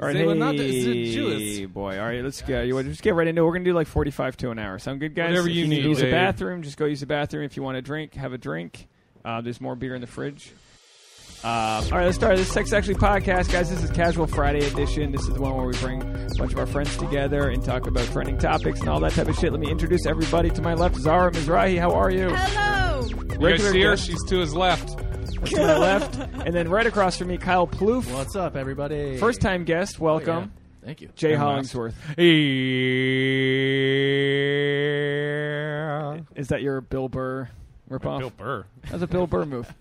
All right, Zewa not- it's a hey, Jewess. boy. All right, let's get you. Just get right into. it. We're gonna do like forty-five to an hour. Sound good, guys? Whatever If you need, to need, Use a Dave. bathroom. Just go use the bathroom. If you want a drink, have a drink. Uh, there's more beer in the fridge. Um, all right, let's start this Sex Actually podcast, guys. This is Casual Friday edition. This is the one where we bring a bunch of our friends together and talk about trending topics and all that type of shit. Let me introduce everybody to my left. Zara Mizrahi, how are you? Hello. You guys see her? guest She's to his left. to my left, and then right across from me, Kyle Plouffe, What's up, everybody? first time guest. Oh, yeah. Welcome, Thank you. Jay And last. Hollingsworth. Is that your Bill Burr ripoff? Bill Burr. That's a Bill Burr move.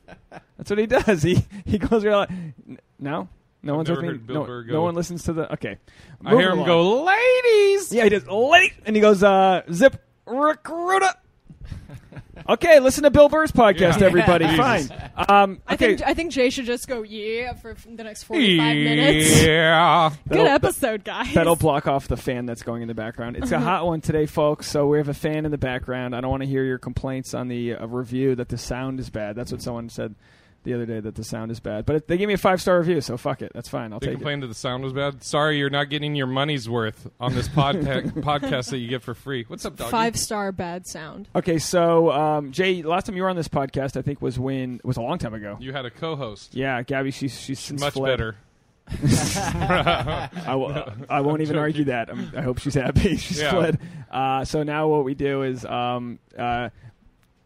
That's what he does. He he goes around. Like, no, no one's never with me. heard Bill no, Burr no go- one listens to the. Okay, I hear him Moving along. go, ladies. Yeah, he does late, and he goes uh, zip recruiter. okay, listen to Bill Burr's podcast, Yeah. everybody. Jesus. Fine. Um, I okay, think I think Jay should just go yeah for f- the next forty five minutes. Yeah. Good That'll- episode, guys. That'll block off the fan that's going in the background. It's Uh-huh. a hot one today, folks. So we have a fan in the background. I don't want to hear your complaints on the uh, review that the sound is bad. Mm-hmm. That's what someone said the other day that the sound is bad. But it, they gave me a five star review, so fuck it. That's fine. I'll They take it. complained that the sound was bad. Sorry, you're not getting your money's worth on this podca- podcast that you get for free. What's up, doggy? Five star bad sound. Okay, so um, Jay, last time you were on this podcast, I think was when was a long time ago. You had a co-host. Yeah, Gabby, she's she's since Much fled. better. I, will, I won't even joking. argue that. I'm, I hope she's happy. She's Yeah. fled. Uh, so now what we do is um, uh,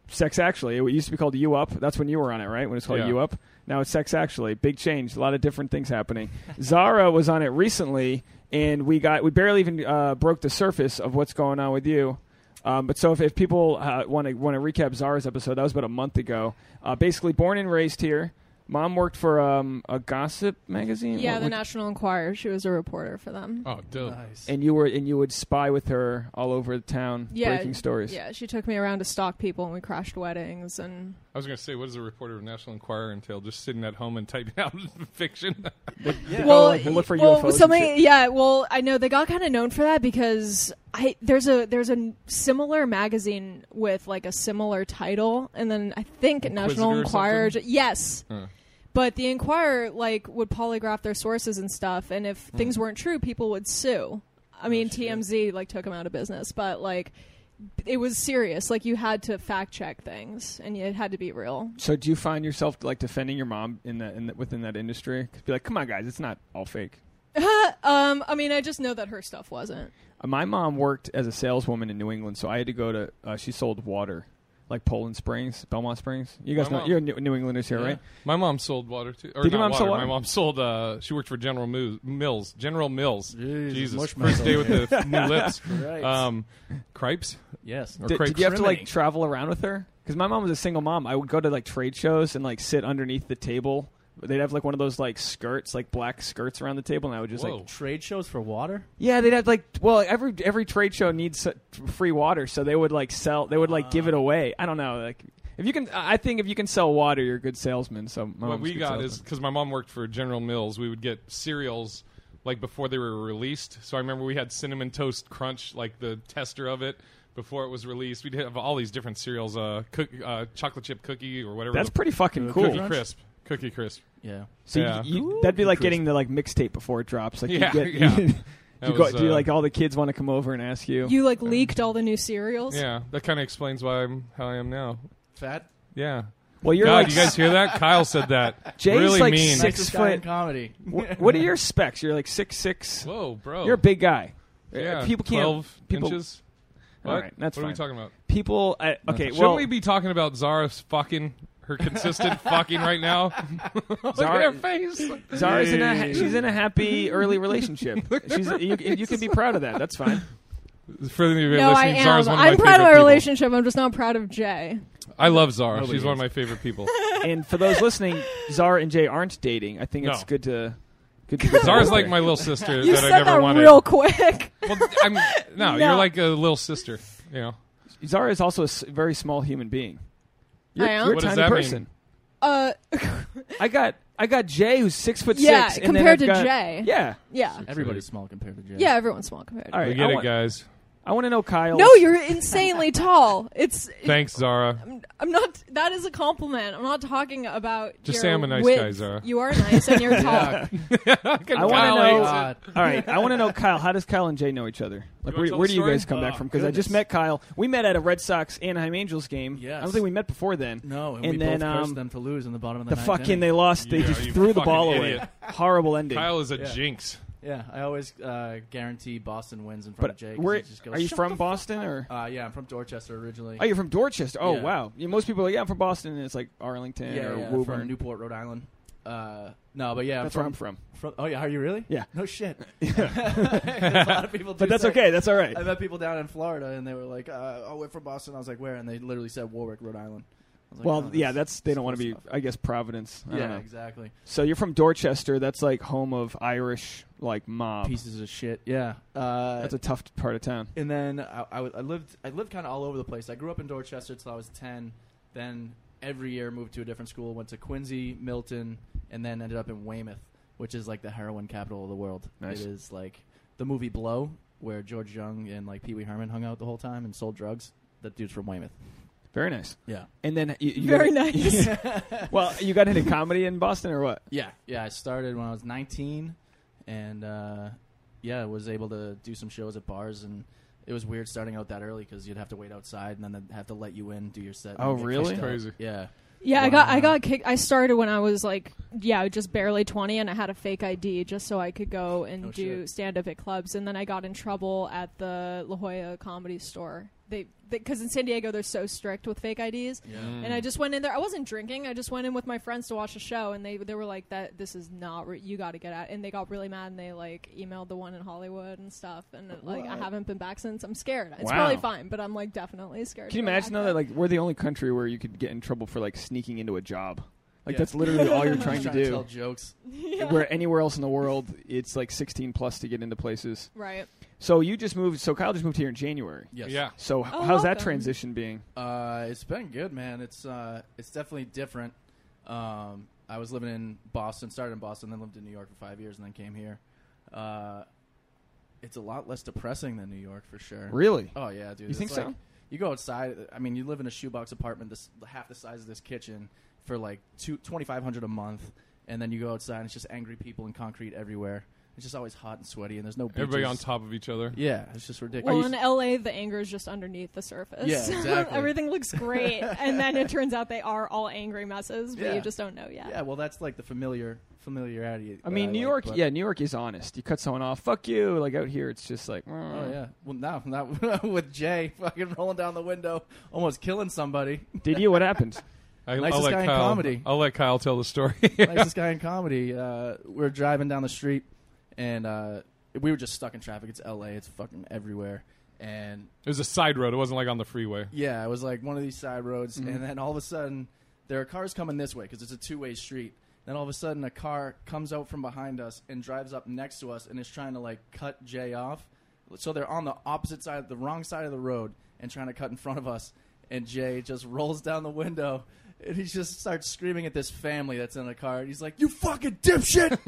sex actually. It used to be called You Up. That's when you were on it, right? When it's called Yeah. You Up. Now it's sex actually. Big change. A lot of different things happening. Zara was on it recently, and we got we barely even uh, broke the surface of what's going on with you. Um, but so if, if people uh, want to want to recap Zara's episode, that was about a month ago. Uh, basically, born and raised here. Mom worked for um, a gossip magazine. Yeah, What- the what- National Enquirer. She was a reporter for them. Uh, Oh, dope. Nice. and you were and you would spy with her all over the town, Yeah, breaking stories. Yeah, she took me around to stalk people, and we crashed weddings. And I was going to say, what does a reporter of National Enquirer entail? Just sitting at home and typing out fiction? Go, like, look for well, UFOs. and somebody- shit. yeah. Well, I know they got kind of known for that because I there's a there's a n- similar magazine with like a similar title, and then I think National Inquisitor or Enquirer. something? Yes, Huh. but the Enquirer like would polygraph their sources and stuff, and if Hmm. things weren't true, people would sue. I mean, TMZ like took them out of business, but like it was serious. Like you had to fact check things, and it had to be real. So do you find yourself like defending your mom in that in the, within that industry? 'Cause be like, come on, guys, it's not all fake. Um, I mean, I just know that her stuff wasn't. Uh, My mom worked as a saleswoman in New England, so I had to go to. Uh, she sold water, like Poland Springs, Belmont Springs. You guys My know mom- you're New, New Englanders here, right? My mom sold water too. Or Did not your mom water. sell water? My mom sold. Uh, she worked for General Mu- Mills. General Mills. Jeez, Jesus, mushmouth first day over with the new lips. Right. Um, cripes. yes. Or Did, crepes. did you have to like Criminy. travel around with her? Because my mom was a single mom. I would go to like trade shows and like sit underneath the table. They'd have like one of those like skirts, like black skirts around the table, and I would just like Whoa. Trade shows for water? Yeah, they'd have like well every every trade show needs uh, free water, so they would like sell they would like give it Ah. away. I don't know, like if you can, I think if you can sell water, you're a good salesman. So my what mom's a we good got salesman. is because my mom worked for General Mills, we would get cereals like before they were released. So I remember we had cinnamon toast crunch, like the tester of it before it was released. We'd have all these different cereals, uh, cook, uh chocolate chip cookie or whatever. that's the, pretty fucking Uh, cool. Cookie Crunch? crisp, cookie crisp. Yeah. So you- Yeah. you- that'd be like Crisp. getting the like mixtape before it drops. Like Yeah, you get, yeah. you, That go, was, do uh, like all the kids want to come over and ask Oh, you. You like leaked all the new cereals. Yeah, that kind of explains why I'm how I am now. Fat. Yeah. well, you're God, like you guys hear that? Kyle said that. Jay's really like mean. six- Nicest guy in foot. comedy. wh- what are your specs? You're like six six. Whoa, bro. You're a big guy. Uh, Yeah, people can't. 12 people- inches. All right, that's what are we fine. talking about? People. I, okay. Shouldn't well, we be talking about Zara's fucking her consistent fucking right now? Look Zara- at her face. Zara's in a she's in a happy early relationship. She's you, you can be proud of that. That's fine. For anybody No, I listening, am. Zara's one of my I'm proud of favorite our people. relationship. I'm just not proud of Jay. I love Zara. Nobody She's one of is. my favorite people. And for those listening, Zara and Jay aren't dating. I think it's No. good to good to get that Zara's out like there. my little sister You that said I never that wanted. real quick. Well, I'm, no, No. you're like a little sister. You know, Zara is also a s- very small human being. You're, I am? you're a What tiny does that mean? person. Uh, I got I got Jay who's six foot Yeah, six. and then compared I've to got- Jay. Yeah. yeah, Everybody's small compared to Jay. yeah. Everyone's small compared. All to right. we get I it, want- guys. I want to know Kyle. No, you're insanely tall. It's Thanks, Zara. I'm not. That is a compliment. I'm not talking about. Just your say I'm a nice width. guy, Zara. You are nice and you're tall. Yeah. I wanna Golly. know- Oh God. All right, I want to know Kyle. How does Kyle and Jay know each other? Like, You wanna where, tell where the do you story? guys come back Oh, from? Because I just goodness. met Kyle. We met at a Red Sox Anaheim Angels game. I don't Yes. think we met before then. No, and, And we then, both cursed um, them to lose in the bottom of the, The ninth fucking inning. they lost. They Yeah, just you threw the fucking ball away. idiot. Horrible ending. Kyle is a Yeah. jinx. Yeah, I always uh, guarantee Boston wins in front but of Jake. 'cause where he just goes, are you "Shut from? the fuck Boston up." or? Uh, yeah, I'm from Dorchester originally. Oh, you're from Dorchester. Oh, Yeah. wow. You- most people are like, yeah, I'm from Boston, and it's like Arlington yeah, or yeah, Woburn. from Newport, Rhode Island. Uh, no, but yeah, That's where I'm from. from. Oh yeah, are you really? Yeah. No shit. a lot of people, But do that's say- okay. That's all right. I met people down in Florida, and they were like, uh, "Oh, we're from Boston." I was like, "Where?" And they literally said Warwick, Rhode Island. I was like, Well, "Oh, yeah, that's they don't want that's to be. close I guess Providence. I enough." don't Yeah, know. exactly. So you're from Dorchester. That's like home of Irish like mob. Pieces of shit. Yeah. Uh, Um, That's a tough part of town. and then I, I, was- I lived I lived kind of all over the place. I grew up in Dorchester till I was ten. Then every year moved to a different school. Went to Quincy, Milton, and then ended up in Weymouth, which is like the heroin capital of the world. Nice. It is like the movie Blow, where George Young and like Pee Wee Herman hung out the whole time and sold drugs. That dude's from Weymouth. Very nice. Yeah. And then you, you Very got, nice. Well, you got into comedy in Boston or what? Yeah, yeah. I started when I was 19, and uh, yeah, was able to do some shows at bars, and it was weird starting out that early because you'd have to wait outside, and then they'd have to let you in, do your set. and Oh, get kicked really? out. Crazy. Yeah. yeah, I got. I Wow. got kicked. I started when I was like, yeah, just barely 20, and I had a fake ID just so I could go and Oh, do shit. stand up at clubs. And then I got in trouble at the La Jolla Comedy Store. They because in San Diego they're so strict with fake IDs. Yeah. And I Mm. just went in there. I wasn't drinking. I just went in with my friends to watch a show, and they they were like, "That this is not re- you got to get out." And they got really mad, and they like emailed the one in Hollywood and stuff. And it, like I What? haven't been back since. I'm scared. It's Wow. probably fine, but I'm like definitely scared. Can you to go back imagine though there. that like we're the only country where you could get in trouble for like sneaking into a job? Like Yeah. that's literally all you're Just trying to Tell do. jokes. Where anywhere else in the world, it's like 16 plus to get into places. right? So you just moved. So Kyle just moved here in January. Yes. Yeah. So h- Oh, how's that welcome. transition being? Uh, it's been good, man. It's uh, it's definitely different. Um, I was living in Boston, started in Boston, then lived in New York for five years, and then came here. Uh, it's a lot less depressing than New York for sure. Really? Oh yeah, dude. You It's think like- so? You go outside. I mean, you live in a shoebox apartment, this half the size of this kitchen, for like two twenty five hundred a month, and then you go outside and it's just angry people and concrete everywhere. It's just always hot and sweaty, and there's no beaches. Everybody on top of each other. Yeah, it's just ridiculous. Well, in LA, the anger is just underneath the surface. Yeah, exactly. Everything looks great, and then it turns out they are all angry messes, but Yeah. you just don't know yet. yeah, well, that's like the familiar familiarity. I that mean, New like, York. but- yeah, New York is honest. You cut someone off. Fuck you. Like out here, it's just like. "Mm." Oh yeah. Well, now not with Jay fucking rolling down the window, almost killing somebody. Did you? What happened? I, Nicest I'll let guy in Kyle, comedy. I'll let Kyle tell the story. nicest guy in comedy. Uh, we're driving down the street, and uh, we were just stuck in traffic. It's L.A. It's fucking everywhere. And It was a side road. It wasn't like on the freeway. yeah, it was like one of these side roads, and then all of a sudden, there are cars coming this way because it's a two-way street. Then all of a sudden, a car comes out from behind us and drives up next to us and is trying to like cut Jay off. So they're on the opposite side, the wrong side of the road, and trying to cut in front of us. And Jay just rolls down the window. And he just starts screaming at this family that's in the car. And he's like, You fucking dipshit!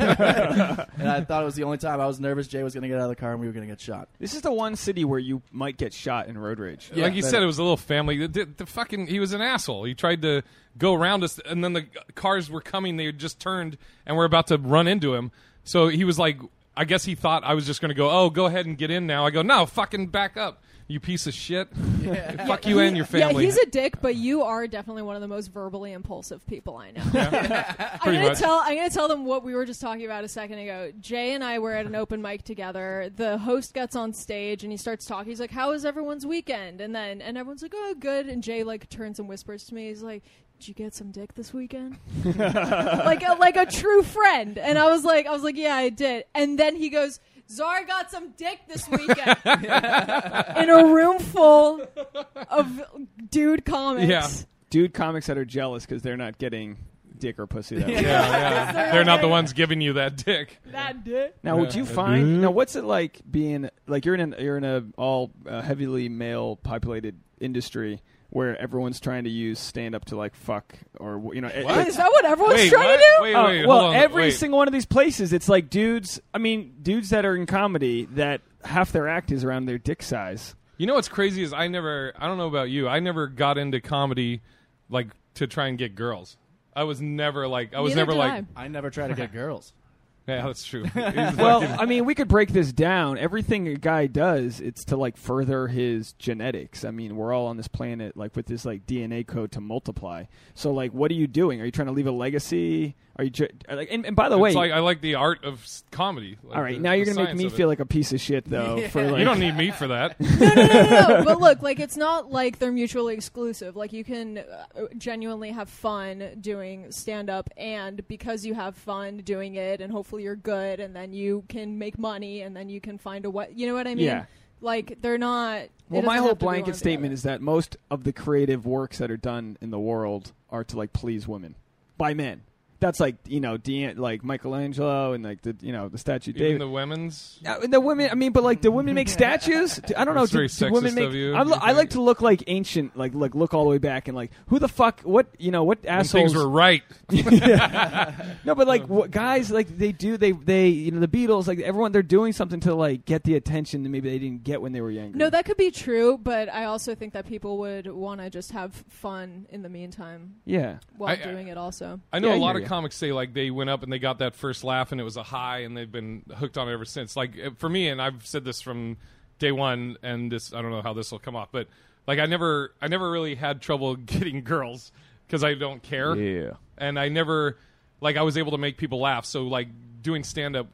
and I thought it was the only time I was nervous Jay was going to get out of the car and we were going to get shot. This is the one city where you might get shot in road rage. Yeah, like you that- said, it was a little family. The, the, the fucking he was an asshole. He tried to go around us, and then the cars were coming. They had just turned, and we're about to run into him. So he was like, I guess he thought I was just going to go. Oh, go ahead and get in now. I go, no, fucking back up, you piece of shit. Fuck you and your family. Yeah, he's a dick, but you are definitely one of the most verbally impulsive people I know. I'm Pretty gonna much. tell I'm gonna tell them what we were just talking about a second ago. Jay and I were at an open mic together. The host gets on stage and he starts talking. He's like, "How was everyone's weekend?" And then and everyone's like, "Oh, good." And Jay like turns and whispers to me. He's like. Did you get some dick this weekend? like a, like a true friend. And I was like I was like, "Yeah, I did." And then he goes, "Czar got some dick this weekend." In a room full of dude comics. Yeah. Dude, comics that are jealous because they're not getting dick or pussy. That way. yeah, yeah. They're They're not like- the ones giving you that dick. That dick. Now, would you find now what's it like being like you're in an, you're in a all uh, heavily male populated industry? where everyone's trying to use stand up to like fuck or you know. it- What? like- Is that what everyone's wait, trying what? to do? Wait, Uh, wait, hold well, on, every wait. single one of these places, it's like dudes. I mean, dudes that are in comedy that half their act is around their dick size. You know what's crazy is I never. I don't know about you. I never got into comedy, like to try and get girls. I was never like. Oh, I was Neither never did like. I. I never try to get girls. Yeah, that's true. Well, I mean, we could break this down. Everything a guy does, it's to like further his genetics. I mean, we're all on this planet like with this like DNA code to multiply. So like, what are you doing? Are you trying to leave a legacy? Are you ju- uh, like? And, and by the way, It's like I like the art of s- comedy. Like all right, the- now you're the gonna make science me of it. feel like a piece of shit though. For Yeah. like, You don't need me for that. no, but look, like it's not like they're mutually exclusive. Like you can uh, genuinely have fun doing stand up, and because you have fun doing it, and hopefully you're good, and then you can make money, and then you can find a what you know what I mean. Yeah. Like they're not. it Well, doesn't my whole have to be one or blanket the statement other. is that most of the creative works that are done in the world are to like please women by men. That's like you know, De- like Michelangelo and like the you know the statue of Even David. the women's. Uh, the women, I mean, but like, do women make statues? Do- I don't know. That's do, very do women sexist make? of you, I'm, do you I like think? to look like ancient, like like look all the way back and like who the fuck? What you know? What When things assholes? were right. no, but like what, guys, like they do. They they you know the Beatles, like everyone, they're doing something to like get the attention that maybe they didn't get when they were younger. No, that could be true, but I also think that people would want to just have fun in the meantime yeah. while I- doing it. Also, I know Yeah, I a lot hear of ya. comics say like they went up and they got that first laugh and it was a high and they've been hooked on it ever since. Like uh, for me, and I've said this from day one, and this I don't know how this will come off, but like I never, I never really had trouble getting girls because I don't care, Yeah. and I never, like I was able to make people laugh. So like doing stand up.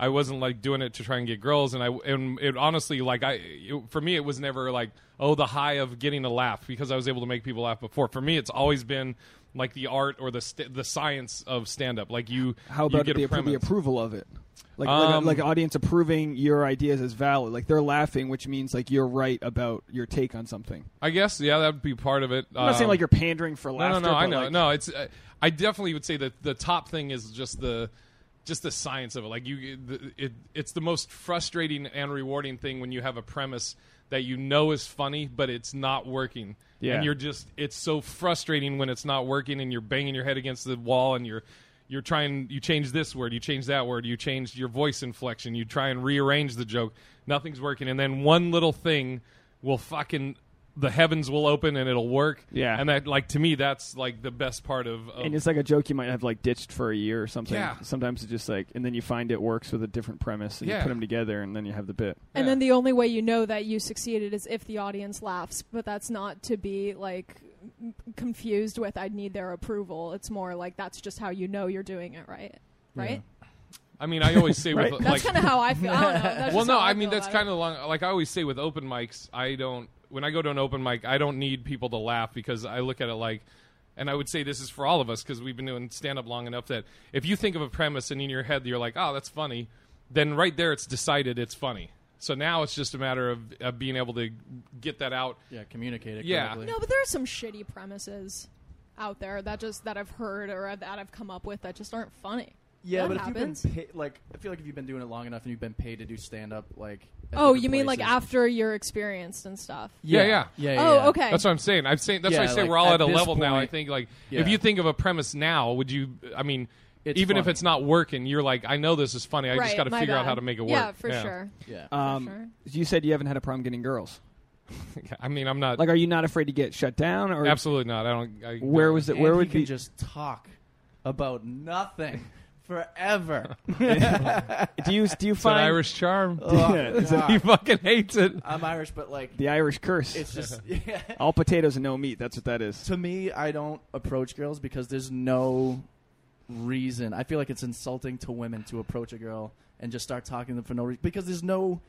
I wasn't like doing it to try and get girls, and I and it honestly like I it, for me it was never like oh the high of getting a laugh because I was able to make people laugh before. For me, it's always been like the art or the st- the science of stand up. Like you, How you about get the, a appro- the premise. approval of it? Like, like, Um, like audience approving your ideas as valid. Like they're laughing, which means like you're right about your take on something. I guess yeah, that'd be part of it. I'm not saying like you're pandering for Um, no, laughter. no, no. I but, know. like- no, it's uh, I definitely would say that the top thing is just the just the science of it. Like you, the, it it's the most frustrating and rewarding thing when you have a premise that you know is funny but it's not working. Yeah. and you're just it's so frustrating when it's not working and you're banging your head against the wall and you're you're trying you change this word you change that word you change your voice inflection you try and rearrange the joke nothing's working and then one little thing will fucking the heavens will open and it'll work Yeah. and that like to me that's like the best part of, of Oh. And it's like a joke you might have like ditched for a year or something. Yeah. Sometimes it's just like, and then you find it works with a different premise, and you Yeah. put them together, and then you have the bit. And Yeah. then the only way you know that you succeeded is if the audience laughs, but that's not to be like m- confused with I'd need their approval. It's more like that's just how you know you're doing it right. Right? i mean i always say Right. with like That's kind of how I feel. I don't know. That's well just no how i mean feel that's about kind of long like i always say with open mics i don't when i go to an open mic i don't need people to laugh because i look at it like and i would say this is for all of us because we've been doing stand up long enough that if you think of a premise and in your head you're like oh that's funny then right there it's decided it's funny so now it's just a matter of, of being able to get that out Yeah, communicate it. Yeah. correctly. it. No, but there are some shitty premises out there that just that I've heard or that I've come up with that just aren't funny. Yeah, That but happens. if you've been paid, like, I feel like if you've been doing it long enough and you've been paid to do stand up, like. at Oh, different you mean like places- after you're experienced and stuff. Yeah, yeah, yeah. yeah. oh, yeah. okay. That's what I'm saying. I'm saying that's why I Yeah, say like, we're all at, at a this level now. I point- think like Yeah. if you think of a premise now, would you? I mean, It's even if funny. it's not working, you're like, I know this is funny. I right, just got to my figure out bad. how to make it work. Yeah, for sure. Yeah. Um, sure. You said you haven't had a problem getting girls. I mean, I'm not Like, are you not afraid to get shut down? Or absolutely not. I don't. I, Where don't- was it? And Where he would can be? just talk about nothing forever. do you do you It's an find Irish charm? Oh, Yeah, it's God. he fucking hates it. I'm Irish, but like the Irish curse? it's just yeah. all potatoes and no meat. That's what that is. To me, I don't approach girls because there's no reason. I feel like it's insulting to women to approach a girl and just start talking to them for no reason because there's no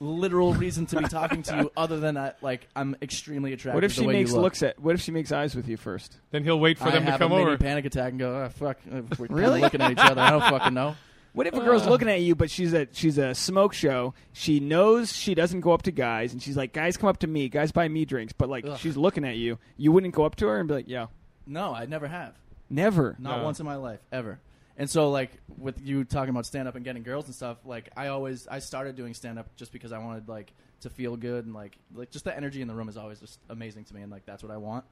literal reason to be talking to you other than I, like I'm extremely attracted. What if she to the way makes you look. looks at? What if she makes eyes with you first? Then he'll wait for I them to have come a mini over. panic attack and go, oh, fuck. We're kinda Really? looking at each other. I don't fucking know. What if a girl's looking at you, but she's a she's a smoke show? She knows she doesn't go up to guys, and she's like, "Guys, come up to me. Guys, buy me drinks." But like, Ugh. she's looking at you. You wouldn't go up to her and be like, "Yo, No, I never have. never." Not No. once in my life, ever. And so like with you talking about stand up and getting girls and stuff, like I always I started doing stand up just because I wanted like to feel good and like like just the energy in the room is always just amazing to me and like that's what I want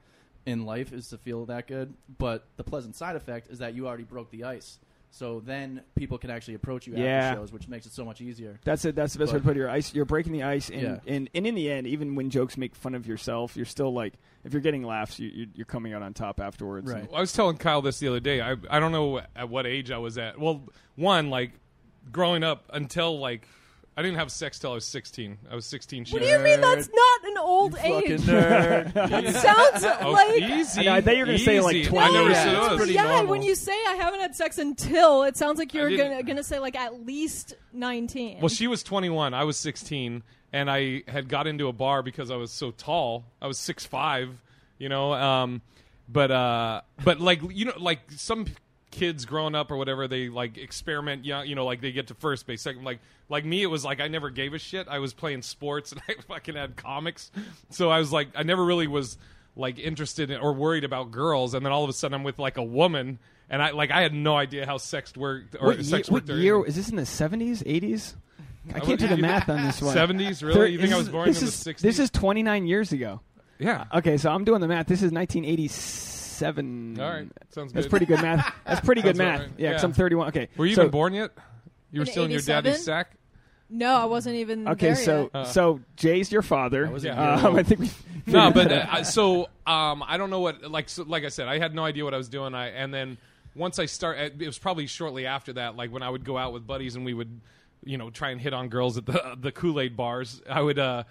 in life is to feel that good. But the pleasant side effect is that you already broke the ice. So then people can actually approach you Yeah. after shows, which makes it so much easier. That's it. That's the best way to But- put it. You're ice. You're breaking the ice, and, Yeah. and and in the end, even when jokes make fun of yourself, you're still like, if you're getting laughs, you, you, you're coming out on top afterwards. Right. I was telling Kyle this the other day. I I don't know at what age I was at. Well, one like growing up until like I didn't have sex till I was sixteen. I was sixteen. What do you mean that's not an old Fucking age? nerd. It sounds Oh, like easy. I thought you were gonna say, like, easy. 12. I never Yeah, said it's it was. pretty yeah, normal. when you say I haven't had sex until, it sounds like you're didn't- gonna gonna say like at least nineteen. Well, she was 21. I was 16, and I had got into a bar because I was so tall. I was six five, you know. Um, but uh, but like you know, like some kids growing up or whatever, they like experiment. Young, you know, like they get to first base, second. Like like me, it was like I never gave a shit. I was playing sports and I fucking had comics, so I was like I never really was like interested in, or worried about girls. And then all of a sudden, I'm with like a woman. And I like I had no idea how sex worked or What, ye- sex what worked or year is this? In the seventies, eighties? I would can't do the do math on this one. 70s, really? Thir- you think this I was is- born this in is, the 60s? This is twenty nine years ago. yeah. Okay, so I'm doing the math. This is nineteen eighty seven. All right, sounds That's good. pretty good math. That's pretty good math. Sounds about right. Yeah, because Yeah. I'm 31. Okay. Were you so, even born yet? You were In still in your 87? daddy's sack. no, I wasn't even Okay, there so yet. Uh. so Jay's your father. I was a Yeah. Um, I think we. No, but uh, I- so um, I don't know what like so, like I said, I had no idea what I was doing. I and then once I start, uh, it was probably shortly after that, like when I would go out with buddies and we would, you know, try and hit on girls at the the Kool Aid bars. I would. uh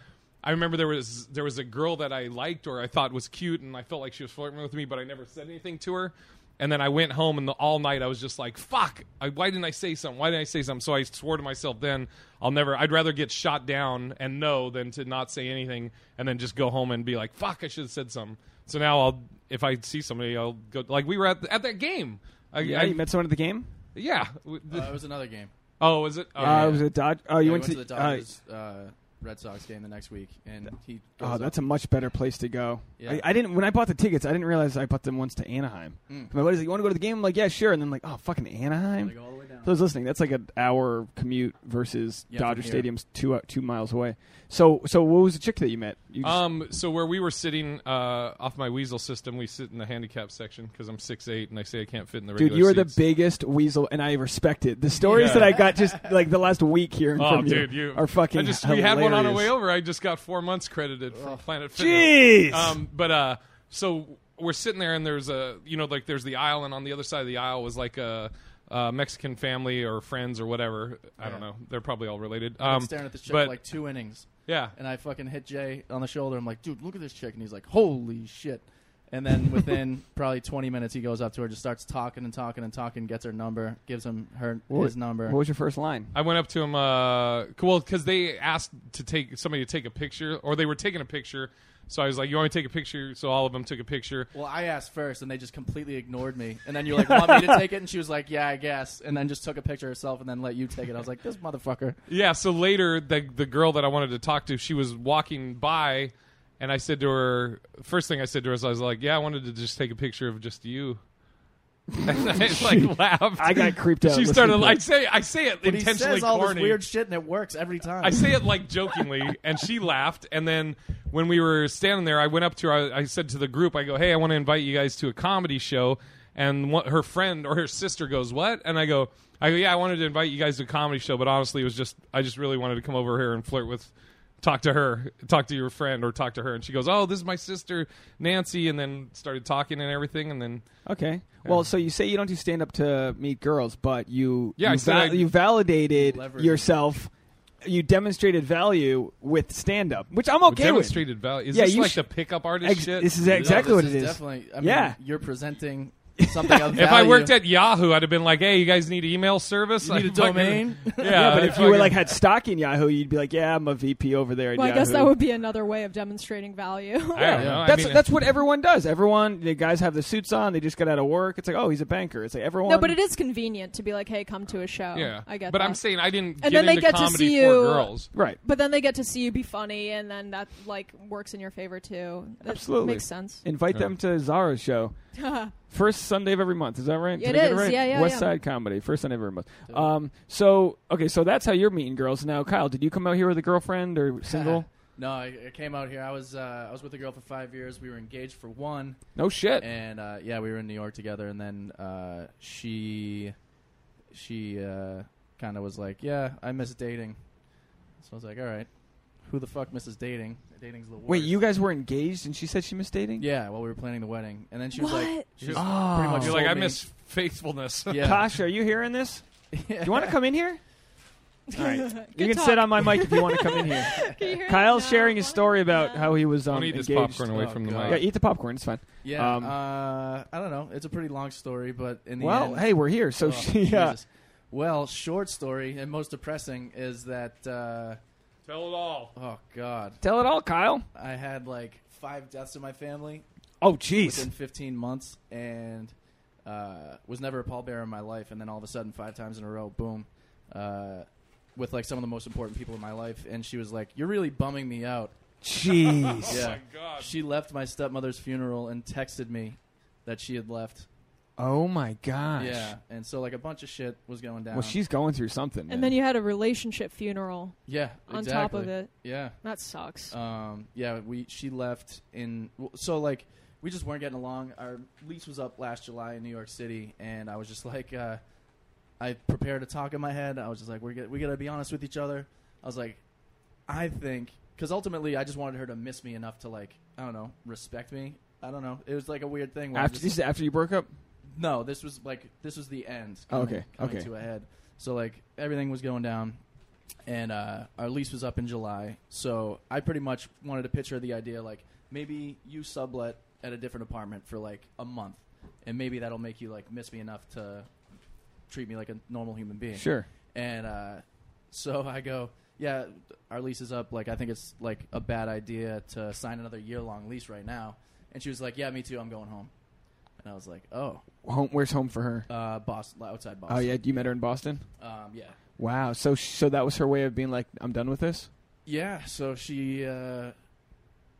I remember there was there was a girl that I liked or I thought was cute, and I felt like she was flirting with me, but I never said anything to her. And then I went home, and the, all night I was just like, "Fuck! I, why didn't I say something? Why didn't I say something?" So I swore to myself, "Then I'll never. I'd rather get shot down and know than to not say anything, and then just go home and be like, "Fuck! I should have said something." So now I'll, if I see somebody, I'll go. Like we were at the, at that game. I, yeah, I- you met someone at the game. yeah. Uh, it was another game. oh, is it? Oh, Uh, yeah. it was a Dodge. Oh, you Yeah, went, he went to the Dodgers uh, Red Sox game the next week, and he. Oh, that's a much better place to go. Yeah. I, I didn't when I bought the tickets. I didn't realize I bought them once to Anaheim. Mm. My buddy's like, "You want to go to the game?" I'm like, "Yeah, sure." And then I'm like, "Oh, fucking Anaheim." Like all the way down. So I was listening. That's like an hour commute versus Yeah, from Dodger here. Stadium's two uh, two miles away. So, so what was the chick that you met? You just- Um, so where we were sitting uh, off my weasel system, we sit in the handicap section because I'm six eight and I say I can't fit in the dude, regular. you are seats. the biggest weasel, and I respect it. The stories Yeah. that I got just like the last week hearing Oh, from dude, you, you are fucking I just we had one on the way hilarious. Oh. over. I just got four months credited from Planet Fitness. Jeez. Um, but uh, so we're sitting there, and there's a you know like there's the aisle, and on the other side of the aisle was like a, a Mexican family or friends or whatever. I don't Yeah. know. They're probably all related. I'm Um, staring at this chick but for like two innings, yeah, and I fucking hit Jay on the shoulder. I'm like, dude, look at this chick, and he's like, holy shit. And then within probably 20 minutes, he goes up to her, just starts talking and talking and talking, gets her number, gives him her What- his number. What was your first line? I went up to him. Uh, c- well, because they asked to take somebody to take a picture, or they were taking a picture. So I was like, "You want me to take a picture?" So all of them took a picture. Well, I asked first, and they just completely ignored me. And then you're like, want me to take it? And she was like, yeah, I guess. And then just took a picture herself, and then let you take it. I was like, this motherfucker. Yeah. So later, the the girl that I wanted to talk to, she was walking by, and I said to her, first thing I said to her is, I was like, "Yeah, I wanted to just take a picture of just you." and I like laughed. I got creeped out She listening started. to I it. say, I say it But he intentionally says all corny. this weird shit, and it works every time. I say it like jokingly, and she laughed. And then when we were standing there, I went up to her. I, I said to the group, "I go, hey, I want to invite you guys to a comedy show." And what, her friend or her sister goes, "What?" And I go, "I go, yeah, I wanted to invite you guys to a comedy show, but honestly, it was just I just really wanted to come over here and flirt with." Talk to her, talk to your friend, or talk to her, and she goes, "Oh, this is my sister Nancy," and then started talking and everything, and then Okay. Well, so you say you don't do stand up to meet girls, but you Yeah, I you, said I- you validated Leverage. yourself. You demonstrated value with stand up, which I'm okay with. demonstrated value. Is Yeah, this you like sh- the pickup artist Ex- shit? this is No, exactly this what it is is. Definitely. I mean, Yeah. you're presenting something of value. if I worked at Yahoo, I'd have been like, "Hey, you guys need email service? You need I a fucking- domain? Yeah, yeah, but I if you were fucking- like had stock in Yahoo, you'd be like, "Yeah, I'm a VP over there." At well, I guess that Yahoo." would be another way of demonstrating value. I don't know. I That's mean, that's what everyone does. Everyone, the guys have the suits on. They just got out of work. It's like, oh, he's a banker. It's like everyone. no, but it is convenient to be like, hey, come to a Oh, show. yeah. I get but that. I'm saying I didn't. And then they into get to comedy see for you- girls. right. But then they get to see you be funny, and then that like works in your favor too. That Absolutely. makes sense. Invite Yeah. them to Zara's show. First Sunday of every month. Is that right? It Did I get is. right? Yeah, yeah, West yeah. Side Comedy. First Sunday of every month. Um, so okay, so that's how you're meeting girls. Now, Kyle, did you come out here with a girlfriend or single? no, I, I came out here. I was uh, I was with a girl for five years. We were engaged for one, no shit. and uh, yeah, we were in New York together. And then uh, she she uh, kind of was like, "Yeah, I miss dating." So I was like, "All right, who the fuck misses dating? Dating's the worst." Wait, you guys were engaged, and she said she missed dating. Yeah, while we were planning the wedding, and then she was like, What? she was Oh. pretty much You're like, sold I me." miss faithfulness. Yeah. Tasha, are you hearing this? Do you want to come in here? All right. you Good can talk. sit on my mic if you want to come in here. Can you hear Kyle's it? No. sharing his story about No. how he was um, Don't eat this engaged. popcorn away Oh, from the God. Yeah, mic. eat the popcorn. It's fine. Yeah, Um, uh, I don't know. It's a pretty long story, but in the well, end, hey, we're here, so Oh, she, uh, yeah. Jesus. Well, short story and most depressing is that uh, Tell it all. oh god, Tell it all, Kyle. I had like five deaths in my family Oh, jeez. within 15 months, and uh, was never a pallbearer in my life. And then all of a sudden, five times in a row, boom, uh, with like some of the most important people in my life. And she was like, "You're really bumming me out." Jeez. Oh Yeah. my god. She left my stepmother's funeral and texted me that she had left. Oh my gosh. Yeah, and so like a bunch of shit was going down. Well, she's going through something. And then you had a relationship funeral yeah, on exactly. top of it. Yeah. That sucks. Um, yeah, we she left in w- so like we just weren't getting along. Our lease was up last July in New York City, and I was just like, uh, I prepared a talk in my head. I was just like, we're get, we gotta be honest with each other. I was like, I think because ultimately I just wanted her to miss me enough to like I don't know respect me. I don't know. It was like a weird thing. where I'm after just- this is after you broke up. no, this was like this was the end. Oh, Coming, okay, coming okay. to a head. So like everything was going down, and uh, our lease was up in July. So I pretty much wanted to pitch her the idea like maybe you sublet at a different apartment for like a month, and maybe that'll make you like miss me enough to treat me like a normal human being. Sure. And uh, so I go, yeah, our lease is up. Like, I think it's like a bad idea to sign another year long lease right now. And she was like, yeah, me too. I'm going home. And I was like, oh, Home, where's home for her? uh, Boston, outside Boston. Oh yeah, you met her in Boston. Um, yeah. Wow. So sh- so that was her way of being like, I'm done with this. Yeah. So she, uh,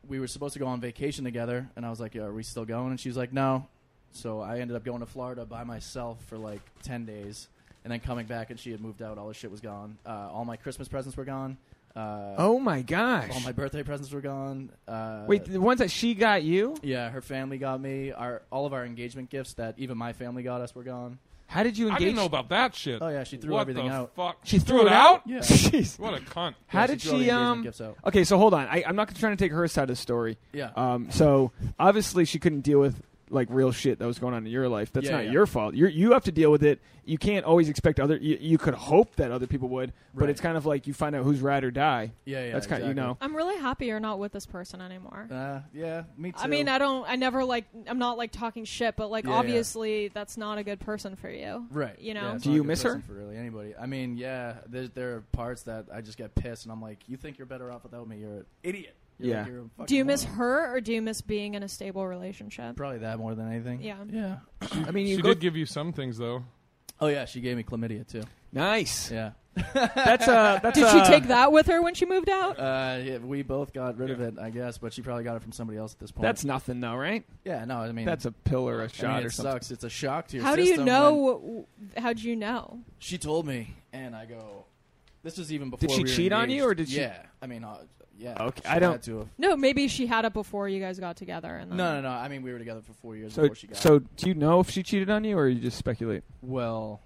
we were supposed to go on vacation together, and I was like, yeah, "Are we still going?" And she's like, "No." So I ended up going to Florida by myself for like ten days, and then coming back, and she had moved out. All her shit was gone. Uh, all my Christmas presents were gone. Uh, oh my gosh. all my birthday presents were gone. Uh, Wait, the ones that she got you? yeah, her family got me. Our all of our engagement gifts that even my family got us were gone. How did you I engage? didn't know about that shit. Oh yeah, she threw what everything the out. Fuck. She threw it out. Yeah. Jeez. What a cunt. How Yeah, did threw all she? the engagement Um. gifts out. Okay, so hold on. I, I'm not trying to take her side of the story. Yeah. Um. So obviously she couldn't deal with like real shit that was going on in your life. That's Yeah, not yeah. your fault. You you have to deal with it. You can't always expect other. You, you could hope that other people would, but Right. it's kind of like you find out who's ride or die. yeah, yeah. That's kind of you exactly. know. I'm really happy you're not with this person anymore. Uh, yeah, me too. I mean, I don't. I never like. I'm not like talking shit, but like Yeah, yeah. obviously that's not a good person for you. Right. You Yeah, know. it's Do not a you good miss her? person For really anybody. I mean, yeah, there, there are parts that I just get pissed and I'm like, you think you're better off without me? You're an idiot. You're Yeah. like, you're a fucking do you miss moron." her or do you miss being in a stable relationship? Probably that more than anything. Yeah. Yeah. I mean, you She go did give you some things though. Oh yeah, she gave me chlamydia too. nice. Yeah. That's uh. That's Did uh, she take that with her when she moved out? Uh, yeah, we both got rid of Yeah. it, I guess, but she probably got it from somebody else at this point. That's nothing though, right? yeah. No, I mean That's a pill or a I mean, shot it or something. sucks. It's a shock to your How do you system when- know? How do you know? She told me, and I go. This was even before. Did she we were cheat on engaged. you, or did she- Yeah, I mean, uh, yeah. Okay, she I don't- had to have- No, maybe she had it before you guys got together. And then No, no, no. I mean, we were together for four years Um, So before she got. so do you know if she cheated on you or you just speculate? well,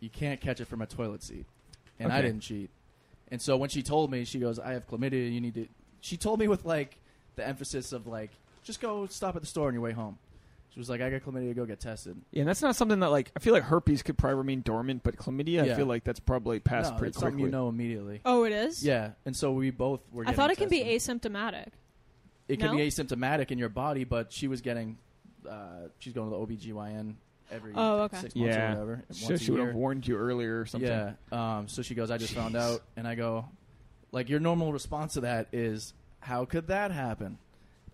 you can't catch it from a toilet seat, and I Okay. didn't cheat. And so when she told me, she goes, "I have chlamydia. You need to." She told me with like the emphasis of like, just go stop at the store on your way home. She was like, "I got chlamydia. Go get tested." Yeah, and that's not something that like I feel like herpes could probably remain dormant, but chlamydia I Yeah. feel like that's probably passed no, pretty it's quickly. something you know immediately. Oh, it is. Yeah, and so we both were. I getting thought it can be tested. asymptomatic. it can No? be asymptomatic in your body, but she was getting, uh, she's going to the OBGYN every Oh, okay. six months or Yeah, whatever. So once a she would have year. warned you earlier or something. Yeah. Um, so she goes, I just found Jeez. out. And I go, like, your normal response to that is, how could that happen?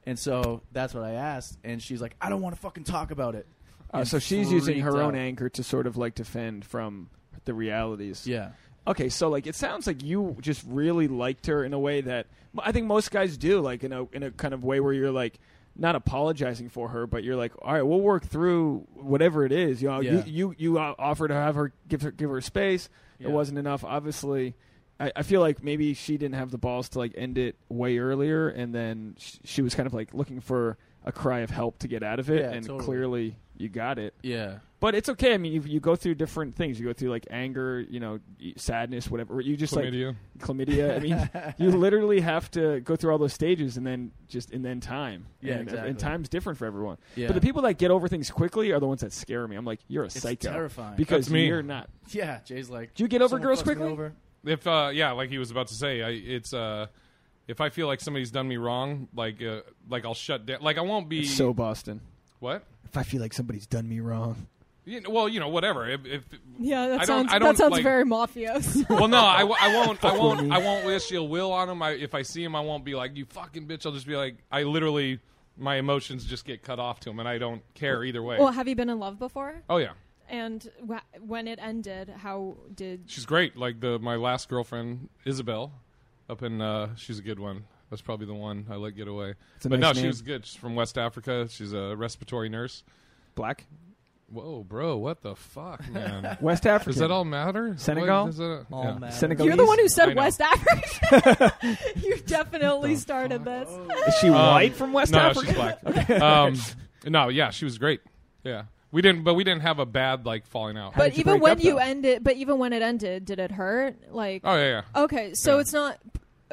And so that's what I asked. And she's like, I don't want to fucking talk about it. Uh, And so she's using her freaked own out. anchor to sort of like defend from the realities. Yeah. Okay, so like it sounds like you just really liked her in a way that I think most guys do, like in a in a kind of way where you're like not apologizing for her, but you're like, all right, we'll work through whatever it is. You know, you Yeah. you, you uh, offer to have her give her give her space. Yeah. It wasn't enough, obviously. I, I feel like maybe she didn't have the balls to like end it way earlier, and then she, she was kind of like looking for a cry of help to get out of it, Yeah, and totally. clearly you got it. Yeah. But it's okay. I mean, you, you go through different things. You go through like anger, you know, y- sadness, whatever. You just like Chlamydia. chlamydia. I mean, you literally have to go through all those stages and then just and then time. Yeah, and, exactly. and time's different for everyone. Yeah. But the people that get over things quickly are the ones that scare me. I'm like, you're a it's psycho terrifying. because That's me. you're not. yeah, Jay's like. Do you get over someone girls fucks me quickly? over. if uh yeah like he was about to say I, it's uh if i feel like somebody's done me wrong like uh, like i'll shut down like i won't be It's so Boston. what If I feel like somebody's done me wrong, you know, well you know whatever if, if Yeah, that I don't- sounds I don't, that sounds like- very mafios. well no I, w- I won't i won't i won't wish ill will on him I, if i see him i won't be like you fucking bitch i'll just be like i literally my emotions just get cut off to him and i don't care either way well, have you been in love before? oh yeah And wh- when it ended, how did? she's great like the my last girlfriend isabel up in uh she's a good one that's probably the one i let get away It's a but nice no she name. was good she's from west africa she's a respiratory nurse black Whoa, bro, what the fuck, man? West Africa. Does that all matter? Senegal? What is that- All yeah. matters. Senegal- You're the one who I said know. West Africa. you definitely started this. Oh, Is she Um, white from West no, Africa? she's black. um, no, yeah, she was great. Yeah, we didn't, but we didn't have a bad like falling out. How did But you even break when up, you though? ended, but even when it ended, did it hurt? Like, oh yeah, yeah. okay, so yeah. it's not.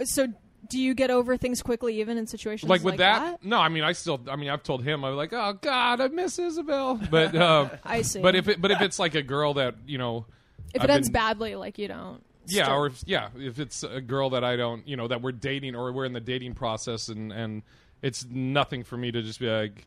So do you get over things quickly, even in situations Like with that, No, I mean, I still. I mean, I've told him. I'm like, oh God, I miss Isabel. But um, I see. but if it, but if it's like a girl that you know, if I've it ends been- badly, like you don't. yeah, still- or if, yeah, if it's a girl that I don't, you know, that we're dating or we're in the dating process, and and it's nothing for me to just be like,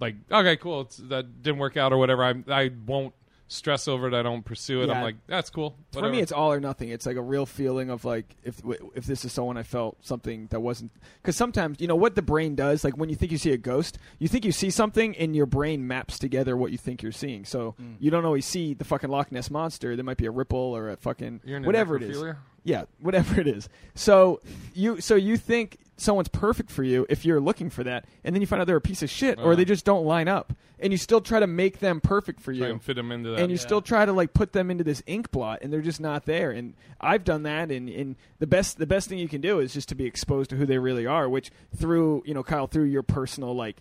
like, okay, cool, it's, that didn't work out or whatever. I I won't stress over it. I don't pursue it. Yeah. I'm like, that's cool. For whatever. me, it's all or nothing. It's like a real feeling of like if w- if this is someone I felt something that wasn't because sometimes you know what the brain does. Like when you think you see a ghost, you think you see something, and your brain maps together what you think you're seeing. So Mm. you don't always see the fucking Loch Ness monster. There might be a ripple or a fucking You're into whatever it is. necrophilia? Yeah, whatever it is. So you so you think someone's perfect for you if you're looking for that, and then you find out they're a piece of shit or Uh-huh. they just don't line up, and you still try to make them perfect for you Try and fit him into that. and you Yeah. still try to like put them into this ink blot and they're just not there and i've done that and, and the best the best thing you can do is just to be exposed to who they really are which through you know kyle through your personal like